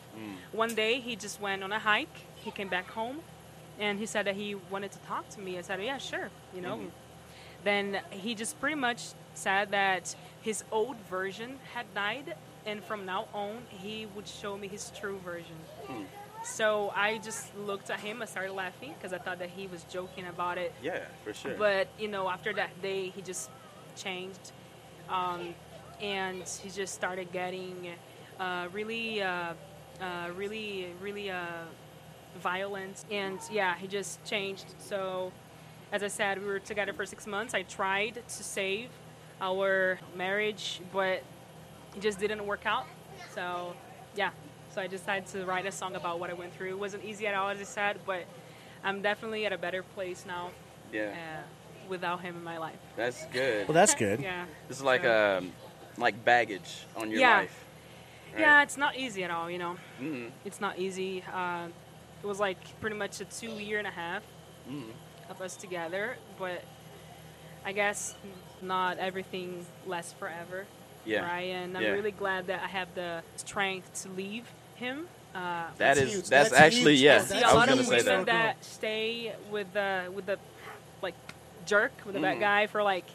S3: One day he just went on a hike, he came back home, and he said that he wanted to talk to me. I said, Yeah, sure, you know. Then he just pretty much said that his old version had died, and from now on, he would show me his true version. So I just looked at him, I started laughing because I thought that he was joking about it.
S2: Yeah, for sure.
S3: But you know, after that day, he just changed, um, and he just started getting uh, really, uh, uh, really, really uh, violent. And yeah, he just changed. So, as I said, we were together for six months. I tried to save our marriage, but it just didn't work out. So, yeah. So I decided to write a song about what I went through. It wasn't easy at all, as I said, but I'm definitely at a better place now
S2: yeah,
S3: uh, without him in my
S2: *laughs*
S3: life.
S2: that's good.
S4: Well, that's
S3: *laughs*
S4: good.
S3: Yeah.
S2: it's like um, like baggage on your
S3: Yeah.
S2: life. right?
S3: Yeah, it's not easy at all, you know.
S2: Mhm.
S3: It's not easy. Uh, it was like pretty much a two year and a half
S2: Mm-hmm.
S3: of us together, but I guess not everything lasts forever.
S2: Yeah.
S3: Right? And I'm
S2: Yeah.
S3: really glad that I have the strength to leave him. Uh,
S2: That
S1: That's
S2: is
S1: huge.
S2: that's,
S1: That's
S2: actually
S1: huge.
S2: yeah.
S1: That's
S3: see
S2: I
S3: a
S2: was
S3: lot of
S2: gonna
S3: women
S2: say
S1: huge.
S2: that.
S3: that. stay with the with the like jerk with the bad
S2: Mm.
S3: guy for like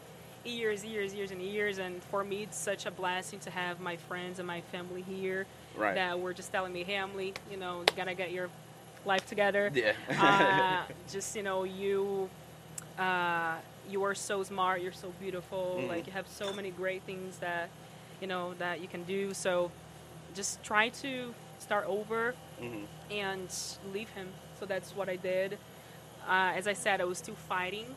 S3: years, years, years, and years. And for me, it's such a blessing to have my friends and my family here
S2: Right.
S3: that were just telling me, "Hey, Emily, you know, you gotta get your life together."
S2: *laughs* Yeah. *laughs*
S3: uh, just you know, you uh, you are so smart, you're so beautiful,
S2: Mm.
S3: like you have so many great things that you know that you can do. So just try to start over
S2: Mm-hmm.
S3: and leave him. So that's what I did. Uh, as I said, I was still fighting,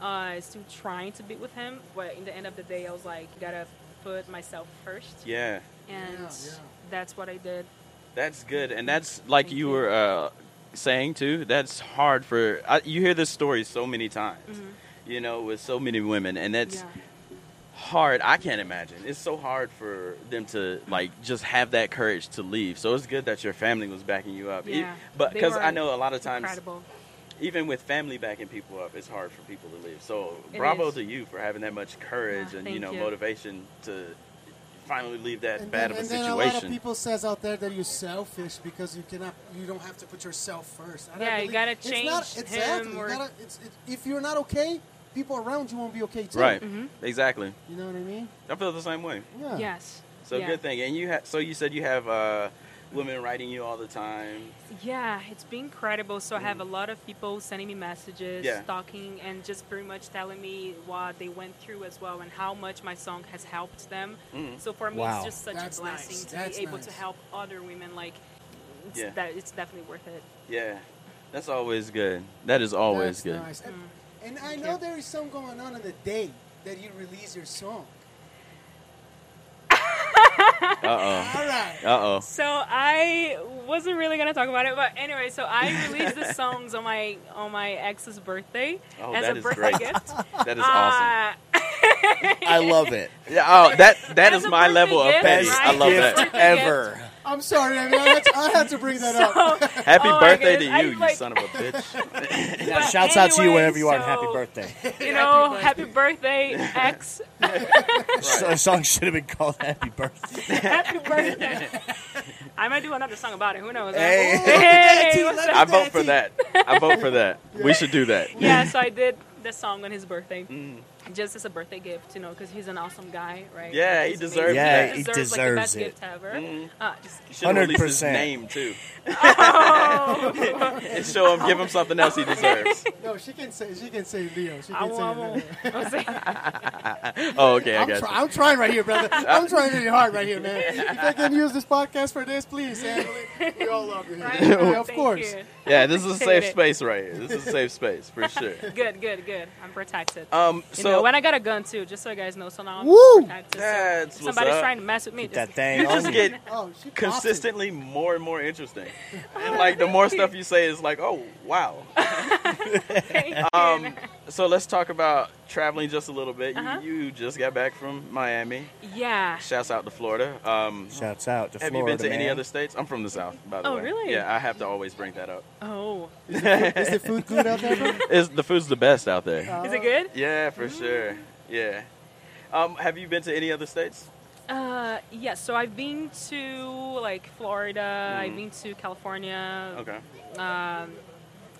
S3: uh, still trying to be with him, but in the end of the day, I was like, gotta put myself first,
S2: yeah.
S3: and
S1: Yeah, yeah.
S3: that's what I did.
S2: That's good, and that's like
S3: Thank
S2: you
S3: you.
S2: were uh, saying too. That's hard for I, you hear this story so many times, you know, with so many women, and that's
S3: Mm-hmm. Yeah,
S2: hard. I can't imagine. It's so hard for them to like just have that courage to leave. So it's good that your family was backing you up. E-
S3: Yeah.
S2: but
S3: They
S2: because
S3: were
S2: I know a lot of times,
S3: incredible.
S2: even with family backing people up, it's hard for people to leave. So
S3: It
S2: bravo
S3: is.
S2: to you for having that much courage
S3: Yeah,
S2: and you
S3: thank
S2: know
S3: you.
S2: motivation to finally leave that
S1: And
S2: bad
S1: then,
S2: of a
S1: and then
S2: situation.
S1: a lot of people says out there that you're selfish because you cannot, you don't have to put yourself first. I don't
S3: Yeah, you
S1: believe,
S3: gotta
S1: it's not,
S3: change
S1: exactly,
S3: him
S1: you
S3: or-
S1: gotta, it's, it, if you're not okay, people around you won't be okay too.
S2: right?
S3: Mm-hmm.
S2: Exactly.
S1: You know what I mean?
S2: I feel the same way.
S1: Yeah.
S3: Yes.
S2: So
S3: yeah.
S2: good thing. And you ha- so you said you have uh, women writing you all the time.
S3: Yeah, it's been incredible. So I have a lot of people sending me messages,
S2: Yeah.
S3: talking, and just pretty much telling me what they went through as well and how much my song has helped them.
S2: Mm-hmm.
S3: So for me,
S4: Wow.
S3: it's just such
S1: That's
S3: a blessing
S1: nice.
S3: to
S1: That's
S3: be able to
S1: nice.
S3: help other women. Like, it's,
S2: Yeah.
S3: that, it's definitely worth it.
S2: Yeah, that's always good. That is always
S1: That's
S2: good.
S1: nice. And, and I know
S3: Mm. you.
S1: there is some going on on the day that you release
S3: *laughs*
S1: your song.
S2: Uh
S1: All right.
S2: oh. Uh oh.
S3: So I wasn't really gonna talk about it, but anyway, so
S2: *laughs*
S3: I released the songs on my on my ex's birthday
S2: Oh,
S3: as
S2: that
S3: a
S2: is
S3: birthday
S2: great.
S3: gift.
S2: That is awesome.
S3: Uh, *laughs*
S4: I love it.
S2: Yeah. Oh, that that
S3: as
S2: is
S3: a
S2: my
S3: birthday
S2: level of
S3: gift,
S2: petty.
S3: right?
S2: I love
S3: Gift.
S2: that.
S4: ever.
S1: I'm sorry. I, mean, I, had to, I had to bring that up.
S3: so,
S2: Happy
S3: Oh my
S2: birthday to you,
S3: goodness, I,
S2: you
S3: like-
S2: son of a
S3: *laughs*
S2: bitch.
S4: Yeah,
S3: But
S4: shouts out to you
S3: anyway,
S4: whenever you want.
S3: so-
S4: Happy birthday.
S3: you know, happy
S2: *laughs*
S3: birthday, ex.
S4: *laughs*
S3: *laughs*
S4: So the song should have been called Happy Birthday.
S3: happy birthday. I might do another song about it. Who knows?
S2: *laughs* Hey.
S3: Hey, what's up?
S2: I vote for that. I vote for that. We should
S3: *laughs*
S2: do that.
S3: yeah, so I did the song on his birthday,
S2: Mm.
S3: just as a birthday gift, you know, because he's an awesome guy, right?
S2: Yeah,
S3: Like,
S2: he
S3: he's
S2: deserves Mm.
S3: amazing.
S2: that. Yeah,
S4: he
S3: like, the
S4: deserves
S3: best
S4: it.
S3: gift ever. Uh, just
S2: *laughs* You should release his
S4: 100%.
S2: name too. and show him, give him something else he deserves.
S1: No, she can say she can say Leo. She
S3: I
S1: can say
S3: won't.
S1: Leo.
S3: *laughs* I won't say-
S4: *laughs*
S2: Oh, okay, I
S1: I'm,
S2: got
S1: try-
S2: you.
S1: I'm trying right
S2: *laughs*
S1: here, brother. I'm trying really hard right here, man. If I can use this podcast for this, please, Sam. We- We all love you. here.
S3: Right?
S1: Yeah, of
S3: Thank
S1: course.
S3: you.
S2: Yeah, this is a
S3: Appreciate
S2: safe
S3: it.
S2: space right here. This is a safe space
S3: *laughs*
S2: for sure.
S3: Good, good, good. I'm protected.
S2: Um,
S3: you
S2: so
S3: know, when I got a gun too, just so you guys know, so now I'm
S1: Woo!
S3: protected. So
S2: that's
S3: if
S2: what's
S3: somebody's
S2: up.
S3: trying to mess with me.
S4: Get that
S3: just-
S4: thing
S2: You just
S4: on
S2: get
S1: Oh, she pops it.
S2: consistently more and more interesting.
S3: *laughs*
S2: And like the more stuff you say, it's like, oh wow.
S3: Thank you.
S2: *laughs* Um, so let's talk about traveling just a little bit. You,
S3: Uh-huh.
S2: you just got back from Miami.
S3: *laughs* yeah.
S2: Shouts out to Florida. Um,
S4: Shouts out to
S2: have you
S4: Florida,
S2: been to any
S4: man.
S2: other states? I'm from the South, by the
S3: Oh,
S2: way.
S3: really?
S2: Yeah, I have to always bring that up.
S3: Oh,
S1: Is
S2: *laughs*
S1: the food good out there, bro?
S2: Is the food's the best out there?
S1: Uh,
S3: is it good?
S2: Oh. Yeah, for sure. Yeah. Um, have you been to any other states?
S3: Uh, yeah. So I've been to like Florida.
S2: Mhm.
S3: I've been to California.
S2: Okay.
S3: Um,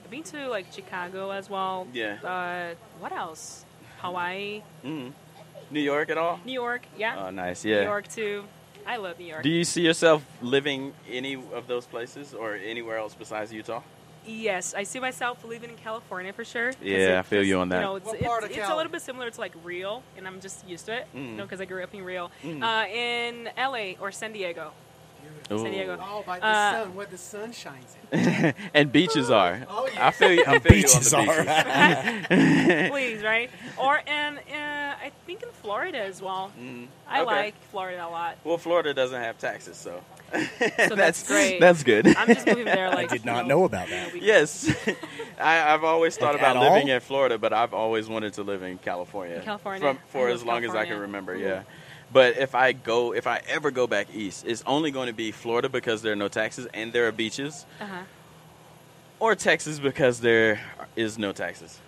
S3: I've been to like Chicago as well.
S2: Yeah.
S3: Uh, what else? Hawaii,
S2: Mm. New York at all?
S3: New York. Yeah.
S2: Oh, nice.
S3: New
S2: Yeah.
S3: York too. I love New York.
S2: Do you see yourself living any of those places or anywhere else besides Utah? *laughs*
S3: Yes, I see myself living in California for sure. 'cause
S2: Yeah, I
S3: it
S2: feel
S3: just-
S2: you on that.
S3: know, it's,
S1: What
S3: it's-
S1: part of
S3: it's a
S1: Cali?
S3: little bit similar to like Rio, and I'm just used to it, you know,
S2: Mm.
S3: because I grew up in Rio.
S2: Mm.
S3: Uh, in LA or San Diego. San Diego.
S1: Oh, by the
S3: Uh,
S1: sun, where the sun shines in.
S2: and beaches
S3: *laughs*
S2: are.
S1: Oh, yeah.
S2: I feel you. I
S4: And
S2: feel
S4: beaches
S2: you on the
S4: are.
S2: beaches.
S3: Please, right? Or in, uh, I think in Florida as well.
S2: Mm.
S3: I
S2: Okay.
S3: like Florida a lot.
S2: *laughs* Well, Florida doesn't have taxes, so, *laughs*
S3: So that's great.
S2: That's good.
S3: I'm just
S4: *laughs*
S3: moving there like.
S4: Did
S3: you
S4: not know about that.
S3: we-
S2: *laughs* yes, *laughs* I, I've always thought
S4: Like,
S2: about
S4: at all?
S2: living in Florida, but I've always wanted to live in California.
S3: In California.
S2: From,
S3: I
S2: for
S3: love
S2: as long as I
S3: California.
S2: can remember.
S3: Mhm.
S2: Yeah. But if I go, if I ever go back east, it's only going to be Florida because there are no taxes and there are beaches,
S3: Uh-huh.
S2: or Texas because there is no taxes.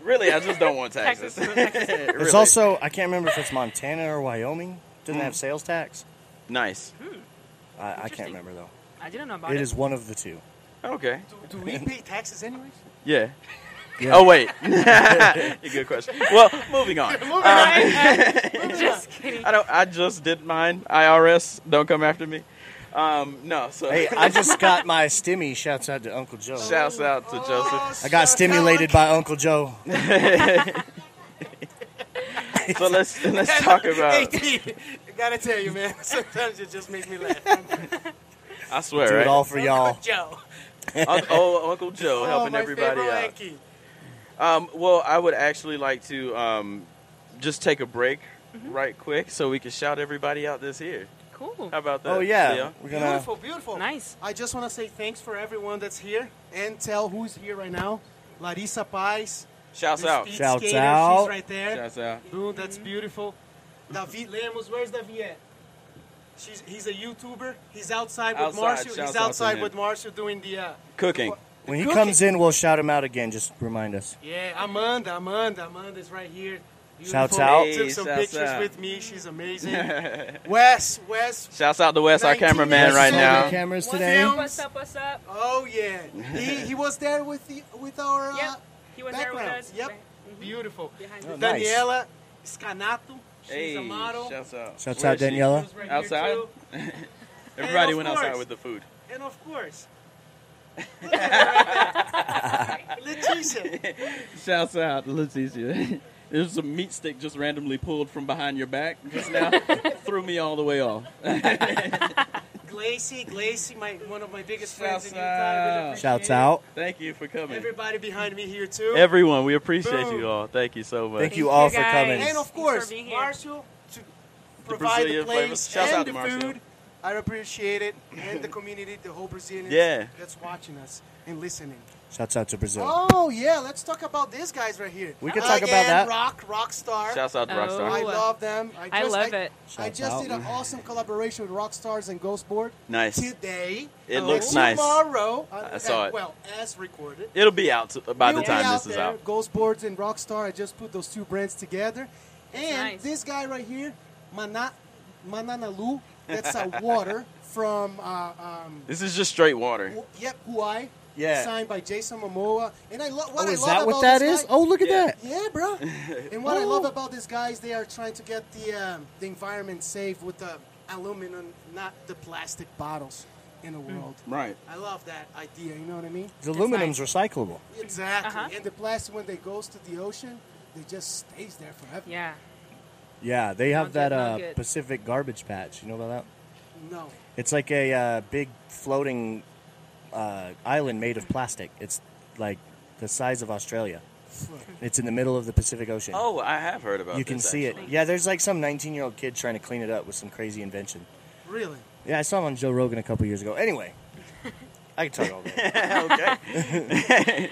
S2: Really, I just don't want taxes.
S3: Texas is-
S2: *laughs*
S4: There's
S2: Really.
S4: also I can't remember if it's Montana or Wyoming. Doesn't
S2: Mm.
S4: have sales tax.
S2: nice.
S4: I, I
S3: Interesting.
S4: can't remember though.
S3: I didn't know about *laughs*
S4: it is one of the
S2: *laughs*
S4: two.
S2: Okay.
S1: Do, do we pay taxes anyways?
S2: Yeah.
S4: Yeah.
S2: Oh
S4: *laughs*
S2: wait, *laughs* good question. Well, moving on.
S3: Right? *laughs*
S4: *laughs*
S3: just kidding.
S2: I don't. I just did mine. IRS, don't come after me. Um, no. So
S4: Hey, I just got my stimmy. Shouts out to Uncle Joe.
S2: *laughs* shouts out to
S1: Oh.
S2: Joseph.
S4: I got stimulated by Uncle Joe.
S2: So let's let's
S1: *laughs*
S2: talk about.
S1: I gotta tell you, man. Sometimes it just makes me
S2: *laughs*
S1: laugh.
S2: I
S4: Do
S2: swear,
S4: it
S2: right?
S4: all for y'all.
S1: Joe.
S2: Un- oh, Uncle Joe helping
S1: my
S2: everybody
S1: favorite
S2: out.
S1: Yankee.
S2: Um, well, I would actually like to um, just take a break right quick so we can shout everybody out this here.
S3: Cool.
S2: How about that?
S4: Oh yeah,
S2: Theo?
S4: we're gonna.
S1: Beautiful, beautiful.
S3: Nice.
S1: I just want to say thanks for everyone that's here and tell who's here right now. Larissa Paz.
S2: Shouts
S1: the
S2: out.
S1: speed
S4: Shouts
S1: skater,
S4: out.
S1: She's right there.
S2: Shouts out.
S1: Boom, that's beautiful. David Lemos, where's David at? She's, he's a YouTuber. He's outside with
S2: Outside,
S1: Marcio.
S2: shouts out
S1: He's
S2: to
S1: outside
S2: him.
S1: with Marcio doing the. Uh,
S2: Cooking.
S4: When he
S1: Cookie.
S4: comes in, we'll shout him out again. Just remind us.
S1: yeah, Amanda, Amanda, Amanda's right here.
S4: Shouts
S1: Beautiful.
S4: out.
S1: Took some
S2: Hey, shouts
S1: pictures
S2: out.
S1: with me.
S2: *laughs*
S1: She's amazing. Wes, Wes.
S2: Shouts out to Wes, our
S1: 19
S2: cameraman,
S1: years
S2: right
S1: old.
S2: now.
S4: Cameras
S1: What's
S4: today.
S1: up?
S3: What's up? What's up?
S1: Oh yeah, he, he was there with the with our. Uh,
S3: Yep. He was there
S1: background.
S3: with us.
S1: Yep.
S3: Mhm.
S1: Beautiful.
S3: Behind
S4: Oh,
S3: us.
S4: nice.
S1: Daniela Scanato. She's
S2: Hey,
S1: a model.
S2: shouts out.
S4: Shouts
S2: Where
S4: out
S2: is she?
S4: Daniela.
S1: She was right here,
S2: Outside?
S1: too.
S2: Everybody
S1: of
S2: went
S1: course.
S2: outside with the food.
S1: And of course.
S2: *laughs*
S1: look at her right there. Leticia.
S2: Shouts out, Leticia. *laughs* There's a meat stick just randomly pulled from behind your back just *laughs* now. Threw me all the way off. *laughs*
S1: Glacy, Glacy, my one of my biggest friends in
S2: Shouts
S1: Utah. I
S2: out.
S1: really appreciate
S4: Shouts
S1: it.
S4: out.
S2: Thank you for coming.
S1: Everybody behind me here too.
S2: Everyone, we appreciate
S1: Boom.
S2: you all. Thank you so much.
S4: Thank you all for
S3: guys.
S4: coming.
S1: and of
S3: Thanks for
S1: course,
S3: being here.
S1: Marshall to provide the,
S2: Brazilian flavors.
S1: place
S2: Shouts
S1: and
S2: out to
S1: the
S2: Marcio.
S1: food. I appreciate it and the community, the whole Brazilians
S2: Yeah.
S1: that's watching us and listening.
S4: Shouts out to Brazil.
S1: Oh yeah, let's talk about these guys right here.
S4: We can talk about
S1: Again,
S4: that.
S1: Rock, Rockstar.
S2: Shouts out to
S3: Oh.
S1: I
S2: Rockstar.
S1: love them. I, just,
S3: I love it.
S1: I
S4: Shouts
S1: just
S4: out.
S1: did an awesome collaboration with Rockstars and Ghostboard.
S2: Nice.
S1: Today.
S2: It
S1: Oh.
S2: looks nice.
S1: Tomorrow. I,
S2: saw it.
S1: Well, as recorded.
S2: It'll be out t- by the
S1: We'll be
S2: time
S1: out
S2: this is
S1: there,
S2: out.
S1: Ghostboards and Rockstar. I just put those two brands together. And
S4: *laughs*
S3: nice.
S1: this guy right here, Mana, Mananalu, that's a water from uh, um,
S2: This is just straight water.
S1: Hu- yep, Hawaii.
S4: Yeah.
S1: Signed by Jason Momoa. And I love what
S4: oh,
S1: I
S4: is
S1: love
S4: that
S1: about
S4: what that
S1: this
S4: is?
S1: guy-
S4: Oh, look at
S2: Yeah.
S4: that.
S1: *laughs* yeah, bro.
S4: *laughs*
S1: and what I love about these guys, they are trying to get the um, the environment safe with the aluminum, not the plastic bottles in
S4: Mm.
S1: the world.
S2: Right.
S1: I love that idea. You know what I mean?
S4: The aluminum's recyclable.
S1: Exactly.
S3: Uh-huh.
S1: And the plastic, when they goes to the ocean, they just stays there forever.
S3: Yeah.
S4: Yeah, they have
S3: Not good,
S4: that
S3: not
S4: uh,
S3: good.
S4: Pacific garbage patch. You know about that?
S1: No.
S4: It's like a uh, big floating uh, island made of plastic. It's like the size of Australia. It's in the middle of the Pacific Ocean.
S2: Oh, I have heard about.
S4: you can
S2: this,
S4: see it.
S2: actually.
S4: Yeah, there's like some 19 year old kid trying to clean it up with some crazy invention.
S1: Really?
S4: Yeah, I saw him on Joe Rogan a couple years ago.
S3: *laughs*
S4: Anyway, I can tell you all that.
S2: *laughs*
S4: *laughs*
S2: okay.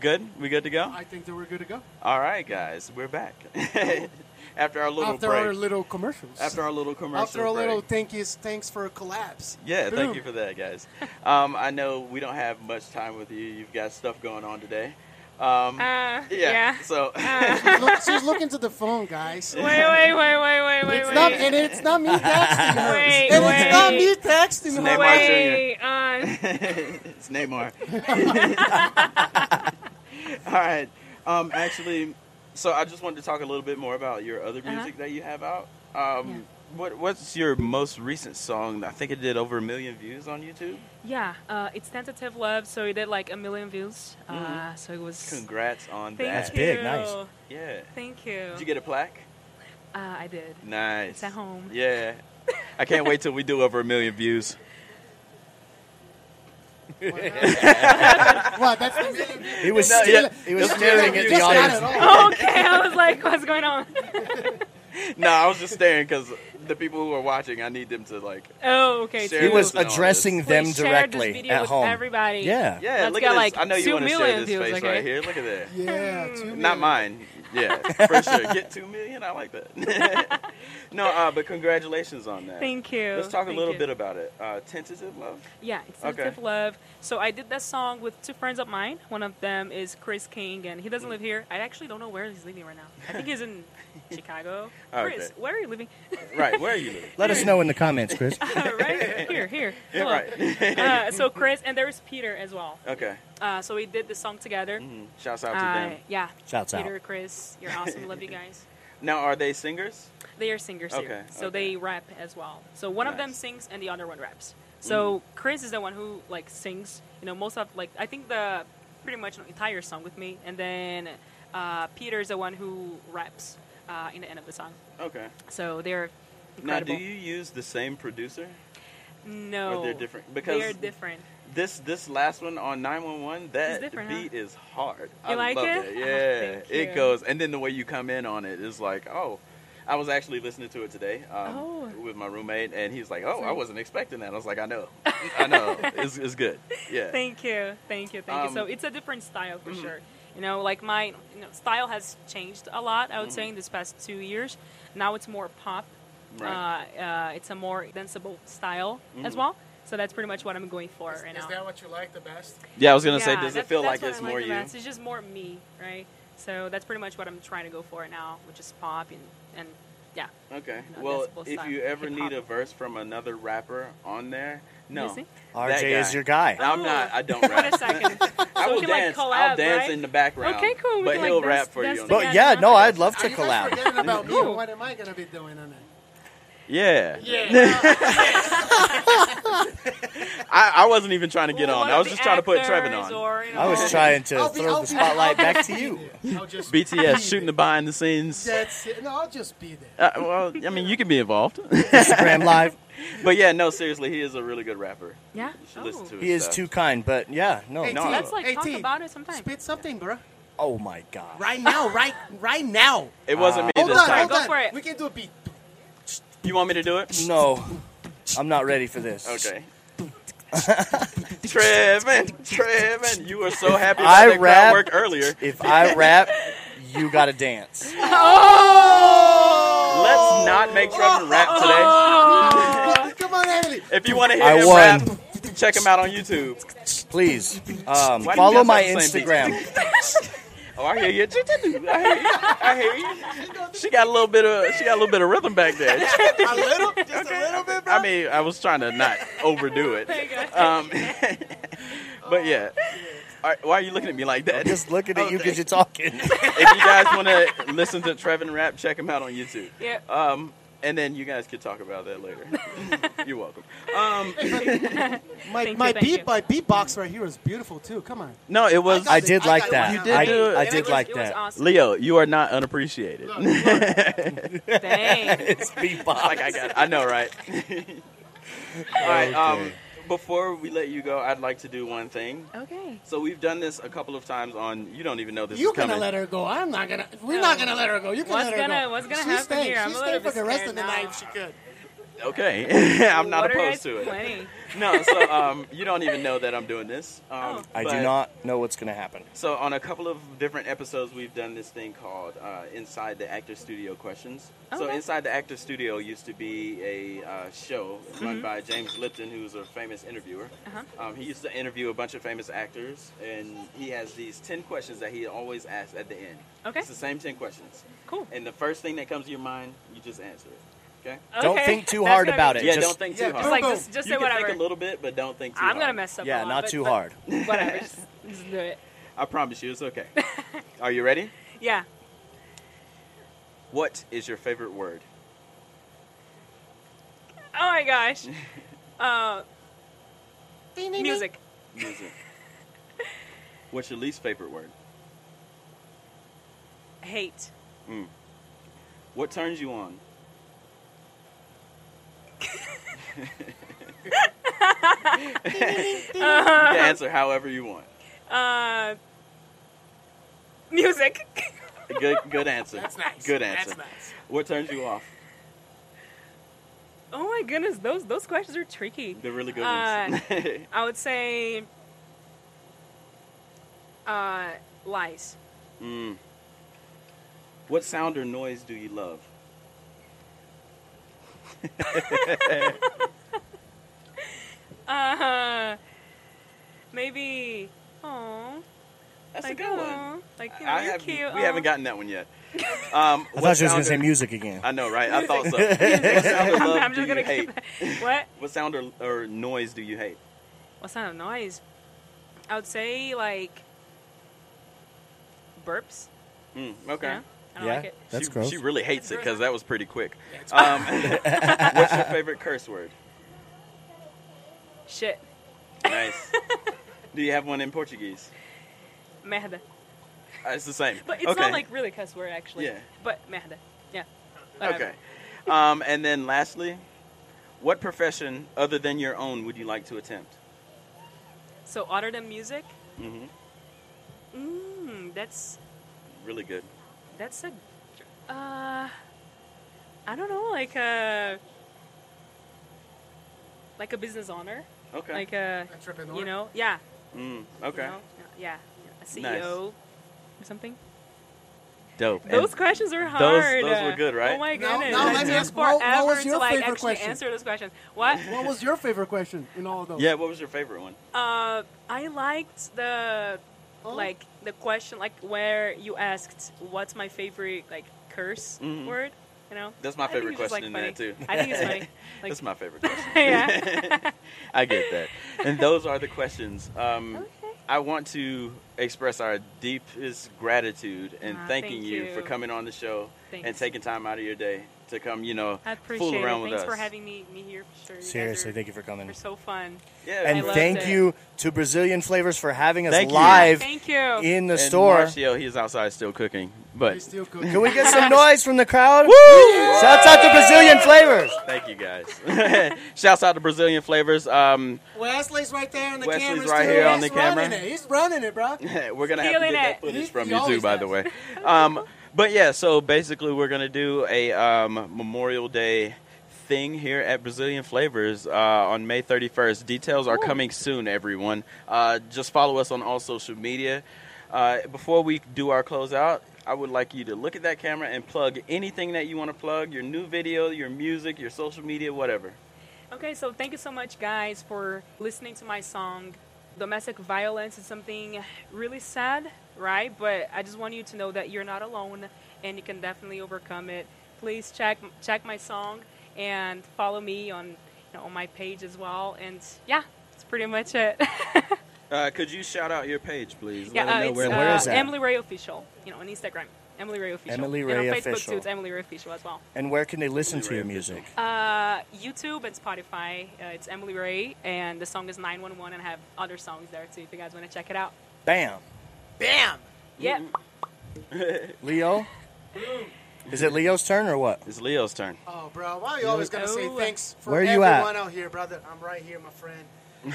S2: good. We good to go?
S1: I think that we're good to go.
S2: All right, guys. We're back *laughs* after our little
S1: After
S2: break.
S1: our little commercials.
S2: after our little commercial.
S1: After our
S2: break.
S1: little thank yous, thanks for
S3: *laughs*
S1: collapse.
S2: Yeah,
S1: Boom.
S2: thank you for that, guys. Um, I know we don't have much time with you. You've got stuff going on today. Um,
S3: Uh,
S4: *laughs*
S3: yeah.
S2: yeah, So
S1: Look, she's looking to the phone, guys.
S3: Wait, wait, wait, wait, wait, wait,
S1: It's
S3: wait.
S1: not, and it's not
S2: *laughs*
S1: me texting her.
S3: Wait,
S1: and
S3: wait.
S1: it's not me texting
S2: Snake
S1: her.
S2: Neymar Jr.
S3: wait. Uh,
S2: *laughs* it's Neymar. *laughs* All right. Um, actually, so I just wanted to talk a little bit more about your other
S3: Uh-huh.
S2: music that you have out. Um, What What's your most recent song? I think it did over a million views on YouTube.
S3: yeah. Uh, it's tentative love, so it did like a million views. Uh,
S2: Mhm.
S3: So it was.
S2: Congrats on
S3: Thank
S2: that.
S3: you.
S4: big, nice.
S2: Yeah.
S3: Thank you.
S2: Did you get a plaque?
S3: uh, I did.
S2: *laughs*
S3: It's
S2: Nice.
S3: at home.
S2: Yeah. I can't wait till we do over a million views.
S1: Wow,
S3: *laughs*
S1: that's the million
S4: He was,
S2: No,
S4: still,
S2: yeah.
S4: he was
S2: That's
S4: staring
S2: not-
S4: at
S1: That's
S4: the
S1: not
S4: audience.
S1: at all.
S3: Okay, I was like, what's going on? *laughs*
S2: No, I was just staring because the people who are watching, I need them to like.
S3: Oh, okay.
S2: Share
S4: He
S3: two.
S4: was
S2: Listen to all
S4: addressing
S3: Please
S4: them
S3: share this
S4: directly
S3: video
S4: at
S3: with
S4: home.
S3: Everybody.
S4: Yeah.
S2: Yeah,
S3: Let's
S2: look
S3: get,
S2: at
S3: like,
S2: this. I know you
S3: two
S2: want to share
S3: million
S2: this
S3: views,
S2: face
S3: okay?
S2: right here. Look at that.
S1: Yeah, two
S2: Not
S1: million.
S2: mine. Yeah, for sure. Get two million. I like that. *laughs* no, uh, but congratulations on that.
S3: Thank you.
S2: Let's talk a
S3: Thank
S2: little
S3: you.
S2: bit about it. Uh, tentative
S3: *laughs*
S2: love.
S3: Yeah, it's
S2: Okay.
S3: Sensitive Love. So I did that song with two friends of mine. One of them is Chris King, and he doesn't live here. I actually don't know where he's living right now. I think he's
S2: *laughs*
S3: in Chicago.
S2: Oh, Okay.
S3: Chris, where are you living? *laughs*
S2: Right. Where are you living?
S4: Let us know in the comments, Chris.
S3: right here, here.
S2: *laughs* Yeah,
S3: Hello.
S2: right.
S3: Uh, so Chris, and there is Peter as well.
S2: okay.
S3: Uh, so we did the song together.
S2: Mm, Shouts out to
S3: Uh,
S2: them.
S3: yeah.
S4: Shouts out.
S3: Peter, Chris, you're awesome. Love you guys.
S2: Now, are they singers?
S3: They are singers
S2: Okay,
S3: here, so
S2: okay.
S3: they rap as well. So one of them
S2: Nice. Mm.
S3: sings and the other one raps. So Chris is the one who like sings. You know, most of like I think the pretty much the entire song with me, and then uh, Peter is the one who raps uh, in the end of the song.
S2: Okay.
S3: So they're
S2: Now,
S3: incredible.
S2: do you use the same producer?
S3: no,
S2: Or they're different? Because-
S3: they're different.
S2: This this last one on 911, that
S3: different, huh?
S2: beat is hard.
S3: You
S2: I
S3: like
S2: love
S3: it?
S2: it.
S3: Oh,
S2: Yeah,
S3: thank
S2: it
S3: you.
S2: goes. And then the way you come in on it is like, oh, I was actually listening to it today um,
S3: Oh.
S2: with my roommate, and he's like, oh, I wasn't expecting that. I was like, I
S3: *laughs*
S2: know, I know, it's, it's good. Yeah,
S3: Thank you, thank you, thank
S2: Um, mm-hmm.
S3: you. So it's a different style for sure. You know, like my you know, style has changed a lot. I would say in
S2: Mm-hmm.
S3: this past two years, now it's more pop.
S2: right. Mm-hmm.
S3: Uh, uh, it's a more danceable style as well. So that's pretty much what I'm going for right now.
S1: what you like the best?
S2: yeah, I was gonna say,
S3: Yeah,
S2: does it
S3: that's-
S2: feel
S3: that's
S2: like
S3: what
S2: it's
S3: I like
S2: more
S3: the
S2: you?
S3: best. It's just more me, right? So that's pretty much what I'm trying to go for now, which is pop and, and yeah.
S2: Okay.
S3: No,
S2: well,
S3: that's both
S2: if
S3: style.
S2: you ever
S3: Hip-hop.
S2: need a verse from another rapper on there, no, *laughs*
S3: Music?
S4: RJ
S2: guy.
S4: is your guy.
S2: I'm not. I don't
S3: Wait a
S2: rap.
S3: second. Oh. *laughs* so
S2: I
S3: we
S2: will
S3: can like
S2: dance.
S3: collab,
S2: I'll dance
S3: right?
S2: in the background.
S3: Okay, cool. We
S2: but
S3: can, like,
S2: he'll
S3: dance-
S2: rap for
S3: dance
S2: you. on
S3: together.
S2: that.
S4: But yeah, no, I'd love to
S1: Are you guys
S4: collab.
S1: forgetting about me?
S3: Ooh.
S1: What am I going to be doing on it?
S2: Yeah.
S1: *laughs* Yeah.
S2: I, I wasn't even trying to get
S3: Or
S2: on.
S3: one
S2: I
S3: of
S2: was
S3: the
S2: just trying to put Trevin
S3: actors
S2: on.
S3: or, you know,
S4: I was trying to
S1: I'll be-
S4: throw
S1: I'll
S4: the
S1: be-
S4: spotlight back to
S1: *laughs*
S4: you.
S3: *laughs*
S1: I'll just be
S2: BTS shooting the behind the scenes.
S1: there. That's it. No, I'll just be there.
S2: Uh, well, I mean, you can be involved. *laughs*
S4: Instagram Live.
S2: but yeah, no, seriously, he is a really good rapper.
S3: Yeah.
S2: You should listen
S3: Oh.
S2: to his
S4: He is
S2: stuff.
S4: too kind, but yeah, no.
S1: Hey,
S2: no,
S1: T,
S2: I
S3: Let's like talk
S1: 18.
S3: about it sometime.
S1: Spit something, bro.
S4: Oh my god.
S1: Right now, right, right now.
S2: It wasn't me
S1: Hold
S2: this
S1: on,
S2: time.
S1: hold
S3: Go
S1: on.
S3: for it.
S1: We can do a beat.
S2: You want me to do *laughs* it?
S4: No. I'm not ready for this.
S2: Okay. Trevin, Trevin, you were so happy about
S4: I
S2: that crowd
S4: rap-
S2: work earlier.
S4: If
S2: *laughs*
S4: I rap, you gotta dance.
S3: Oh.
S2: Let's not make Trevin rap today.
S1: Come on, Emily.
S2: If you want to hear
S4: I
S2: him
S4: won.
S2: rap, check him out on YouTube.
S4: Please. Um,
S2: Why do you
S4: follow
S2: guys
S4: my
S2: *laughs* have the same
S4: Instagram.
S2: Oh, I hear
S3: *laughs*
S2: you. I hear you. I hear you. She got a little bit of she got a little bit of rhythm back there.
S3: *laughs*
S1: a little, just a little bit, bro.
S2: I mean, I was trying to not overdo it.
S3: There you go. Oh.
S2: Um, *laughs* but yeah. All right, why are you looking at me like that?
S4: Just looking at you because you're
S2: *laughs*
S4: talking.
S2: if you guys want to listen to Trevin rap, check him out on YouTube.
S3: Yeah.
S2: Um, and then you guys could talk about that
S3: *laughs*
S2: later. You're welcome. Um,
S1: my
S3: Thank you,
S1: my
S3: thank
S1: beat,
S3: you.
S1: my beatbox right here is beautiful too. Come on.
S2: no, it was
S4: I did
S1: I
S4: like
S1: got
S4: that.
S1: one. You
S2: did
S4: I,
S2: do it.
S4: I
S2: It
S4: did
S3: was-
S4: like
S3: it was
S4: that.
S3: awesome.
S2: Leo. You are not unappreciated.
S4: *laughs*
S3: Dang.
S4: It's beatbox.
S2: *laughs* like I got, I know, right? *laughs* All right. Um, before we let you go, I'd like to do one thing.
S3: Okay.
S2: So we've done this a couple of times on. You don't even know this
S1: you
S2: is
S1: gonna
S2: coming.
S1: let her go. I'm not gonna. We're
S3: No.
S1: not gonna let her go. You can
S3: What's
S1: let her
S3: gonna-
S1: go.
S3: what's gonna
S1: she
S3: happen
S1: stayed.
S3: here? I'm
S1: She
S3: a little
S1: stayed for
S3: bit
S1: the rest of the
S3: scared
S1: night
S3: now.
S1: if she could.
S2: Okay, *laughs* I'm not
S3: What are you
S2: opposed
S3: guys
S2: to it.
S3: planning?
S2: No, so um, you don't even know that I'm doing this. Um,
S3: Oh.
S4: I do
S2: but-
S4: not know what's going to happen.
S2: So on a couple of different episodes, we've done this thing called uh, Inside the Actor Studio Questions. So
S3: Okay.
S2: Inside the Actor Studio used to be a uh, show
S3: Mm-hmm.
S2: run by James Lipton, who's a famous interviewer.
S3: Uh-huh.
S2: Um, he used to interview a bunch of famous actors, and he has these ten questions that he always asks at the end.
S3: Okay.
S2: it's the same ten questions,
S3: Cool.
S2: and the first thing that comes to your mind, you just answer it. Okay.
S4: Don't
S3: Okay.
S4: think too
S3: That's
S4: hard
S3: gonna
S4: about
S3: be-
S4: it.
S2: yeah,
S4: just-
S2: don't think
S1: yeah,
S2: too
S1: just
S2: hard.
S3: Just like just,
S2: you
S3: just say
S2: can
S3: whatever.
S2: think a little bit, but don't think too
S3: I'm
S2: hard.
S3: gonna mess up.
S4: Yeah,
S3: a lot,
S4: not
S3: but-
S4: too
S3: but
S4: hard.
S3: *laughs* Whatever. just, just do it.
S2: I promise you,
S3: *laughs*
S2: it's okay. Are you ready?
S3: Yeah.
S2: What is your favorite word?
S3: Oh my gosh. Uh, music.
S2: Music. What's your least favorite word?
S3: Hate.
S2: What turns
S3: *laughs*
S2: you on? you can
S3: Uh-huh.
S2: answer however you want.
S3: Uh, music. *laughs*
S2: Good, good answer.
S1: That's nice.
S2: Good answer.
S1: That's nice.
S2: What turns you off?
S3: oh my goodness, those those questions are tricky.
S2: The really good
S3: Uh,
S2: ones.
S3: I would say uh, lies.
S2: mm. *laughs* What sound or noise do you love?
S3: Uh, maybe. Oh,
S2: That's
S3: like,
S2: a good
S3: aw,
S2: one.
S3: Like you know,
S2: I
S3: you're
S2: have,
S3: cute.
S2: we
S3: aw.
S2: haven't gotten that
S3: *laughs*
S2: one yet. Um,
S4: I thought
S2: what
S4: she was going
S2: sound
S4: to say
S2: or-
S4: music again.
S2: I know, right?
S4: *laughs*
S2: I thought so.
S4: Music.
S2: what sound or
S3: *laughs*
S2: love
S3: I'm
S2: do
S3: just
S2: you
S3: gonna
S2: hate?
S3: keep that. What?
S2: What sound or, or noise do you hate?
S3: What sound of noise? I would say like burps.
S2: Mm, okay.
S3: You know? I don't
S4: yeah,
S3: like it.
S4: that's
S2: she,
S4: gross.
S2: She really hates it because that was pretty quick.
S1: it's
S2: Um, *laughs* what's your favorite curse word?
S3: Shit. *laughs*
S2: Nice. Do you have one in Portuguese?
S3: Merda.
S2: Uh, it's the same.
S3: But it's
S2: okay.
S3: not like really cuss word actually.
S2: Yeah.
S3: But merda. Yeah.
S2: okay. Um, and then lastly, what profession other than your own would you like to attempt?
S3: So other than music,
S2: hmm
S3: mm, that's
S2: Really good.
S3: that's a uh I don't know, like a like a business owner.
S2: Okay.
S3: Like a
S1: Entrepreneur?
S3: you know, yeah.
S2: mm,
S3: you
S2: okay.
S3: know, yeah. A CEO or something.
S2: Dope. And
S3: Those questions are
S2: those-
S3: hard.
S2: those were good, right?
S3: Oh my
S1: Now-
S3: goodness!
S1: now
S3: It
S1: let me
S3: took
S1: ask, what- what
S3: forever
S1: was your
S3: to like
S1: favorite
S3: actually
S1: question?
S3: answer those questions. What?
S1: What was your favorite question in all of those?
S2: yeah. What was your favorite one?
S3: Uh, I liked the
S1: Oh.
S3: like the question like where you asked what's my favorite like curse
S2: Mhm.
S3: word. You know,
S2: That's my
S3: I think
S2: favorite
S3: it's just,
S2: question
S3: like,
S2: in there,
S3: funny.
S2: too.
S3: I
S2: *laughs*
S3: think it's funny. Like,
S2: That's my favorite question.
S3: *laughs*
S2: *laughs*
S3: yeah.
S2: I get that. And those are the questions. Um,
S3: Okay.
S2: I want to express our deepest gratitude and
S3: Ah,
S2: thanking
S3: thank
S2: you,
S3: you.
S2: for coming on the show and
S3: Thanks.
S2: taking time out of your day to come, you know,
S3: I
S2: fool
S3: appreciate it.
S2: around
S3: Thanks
S2: with us.
S3: for having me me here. For sure. You guys
S4: Seriously,
S3: are,
S4: thank you for coming.
S3: You're so fun.
S2: yeah,
S4: And
S3: loved
S4: thank
S3: it.
S4: you to Brazilian Flavors for having us
S2: Thank you.
S4: live
S3: Thank you.
S4: in the
S2: and
S4: store.
S2: Marcio, he's outside still cooking, but
S1: He's still cooking.
S4: Can we
S3: *laughs*
S4: get some noise from the crowd? Woo! Shouts out to Brazilian Flavors.
S2: thank you guys. *laughs* Shouts out to Brazilian flavors. Um,
S1: Wesley's right there on the
S2: Wesley's
S1: camera.
S2: right
S1: still.
S2: here on the
S1: He's
S2: camera.
S1: Running it. He's running it, bro.
S2: *laughs* we're gonna have to
S3: Stealing
S2: get that
S3: it.
S2: footage
S1: He-
S2: from
S1: he
S2: you too,
S1: always
S2: by
S1: does.
S2: the
S3: *laughs*
S2: way. Um, but yeah, so basically, we're gonna do a um, Memorial Day thing here at Brazilian Flavors uh, on May 31st. Details are coming soon, everyone. Uh, just follow us on all social media. Uh, before we do our closeout, I would like you to look at that camera and plug anything that you want to plug: your new video, your music, your social media, whatever.
S3: Okay, so thank you so much, guys, for listening to my song Domestic violence is something really sad, right? But I just want you to know that you're not alone and you can definitely overcome it. Please check check my song and follow me on you know, on my page as well. And yeah, that's pretty much it.
S2: Uh, could you shout out your page, please?
S3: *laughs* yeah,
S2: Let
S3: uh,
S2: them know
S3: it's
S2: where.
S4: Where
S3: uh,
S4: is that?
S3: Emily Ray official. You know, on Instagram, Emily Ray official.
S4: Emily
S3: and on
S4: Ray
S3: Facebook
S4: Official.
S3: too, it's Emily Ray official as well.
S4: And where can they listen to
S2: Ray
S4: your
S2: official.
S4: music?
S3: Uh, YouTube and Spotify. Uh, it's Emily Ray, and the song is 911, and I have other songs there too if you guys want to check it out.
S4: Bam.
S1: Bam!
S2: Mm-hmm.
S3: Yeah.
S4: Leo? Is it Leo's turn or what?
S2: it's Leo's turn.
S1: Oh, bro, why are you always gonna say
S3: Oh.
S1: thanks for
S4: Where you at?
S1: everyone out here, brother? I'm right here, my friend.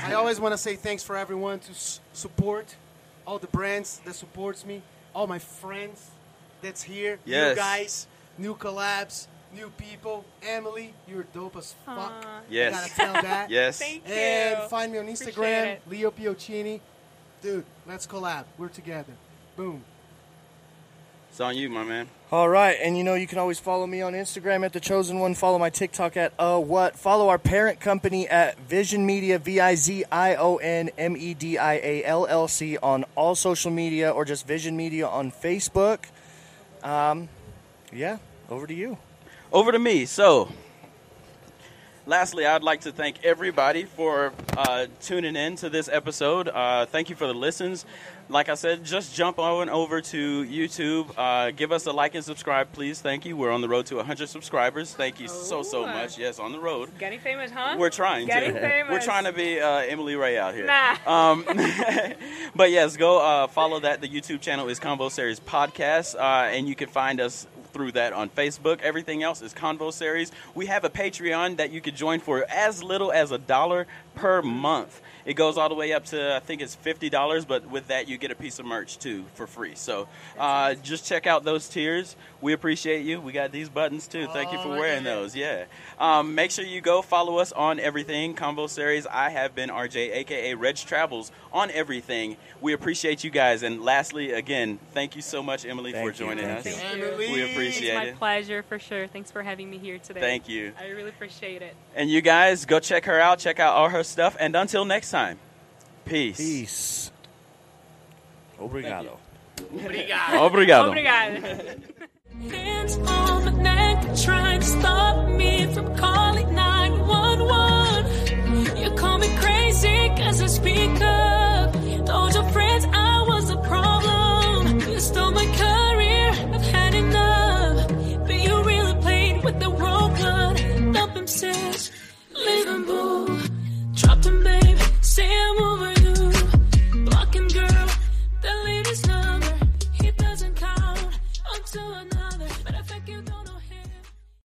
S1: I always want to say thanks for everyone to s- support all the brands that supports me, all my friends that's here,
S2: Yes.
S1: new guys, new collabs, new people. Emily, you're dope as fuck.
S3: Aw.
S2: Yes.
S1: I gotta tell
S2: *laughs*
S1: that.
S2: Yes.
S3: Thank you.
S1: And find me on
S3: Appreciate
S1: Instagram,
S3: it.
S1: Leo Piocini. Dude, let's collab. We're together. Boom.
S2: It's on you, my man.
S4: All right, and you know you can always follow me on Instagram at the Chosen One. Follow my TikTok at uh what. Follow our parent company at Vision Media V I Z I O N M E D I A L L C on all social media or just Vision Media on Facebook. Um, yeah, over to you.
S2: Over to me. So, lastly, I'd like to thank everybody for uh, tuning in to this episode. Uh, thank you for the listens. Like I said, just jump on over to YouTube. Uh, give us a like and subscribe, please. Thank you. We're on the road to 100 subscribers. Thank you so, so
S3: Oh.
S2: much. Yes, on the road.
S3: Getting famous, huh?
S2: We're trying
S3: Getting
S2: to.
S3: famous.
S2: We're trying to be uh, Emily Ray out here.
S3: Nah.
S2: Um, but yes, go uh, follow that. The YouTube channel is Convo Series Podcast, uh, and you can find us through that on Facebook. Everything else is Convo Series. We have a Patreon that you can join for as little as a dollar per month. It goes all the way up to I think it's fifty dollars, but with that you get a piece of merch too for free. So uh, just check out those tiers. We appreciate you. We got these buttons too. Thank you
S1: Oh,
S2: for
S1: look
S2: wearing
S1: at that.
S2: those. Yeah. Um, make sure you go follow us on everything. Combo Series. I have been RJ, aka Reg Travels, on everything. We appreciate you guys. And lastly, again, thank you so much, Emily,
S4: Thank
S2: for
S4: you,
S2: joining
S4: thank
S2: us.
S4: you.
S3: Thank you.
S1: Emily.
S2: We appreciate
S3: It's my
S2: it.
S3: pleasure for sure. Thanks for having me here today.
S2: Thank you.
S3: I really appreciate it.
S2: And you guys, go check her out. Check out all her stuff. And until next time, peace.
S4: Peace. Obrigado.
S3: *laughs*
S2: Obrigado.
S3: Obrigada.
S6: Hands on my neck, trying to stop me from calling 911. You call me crazy cause I speak up.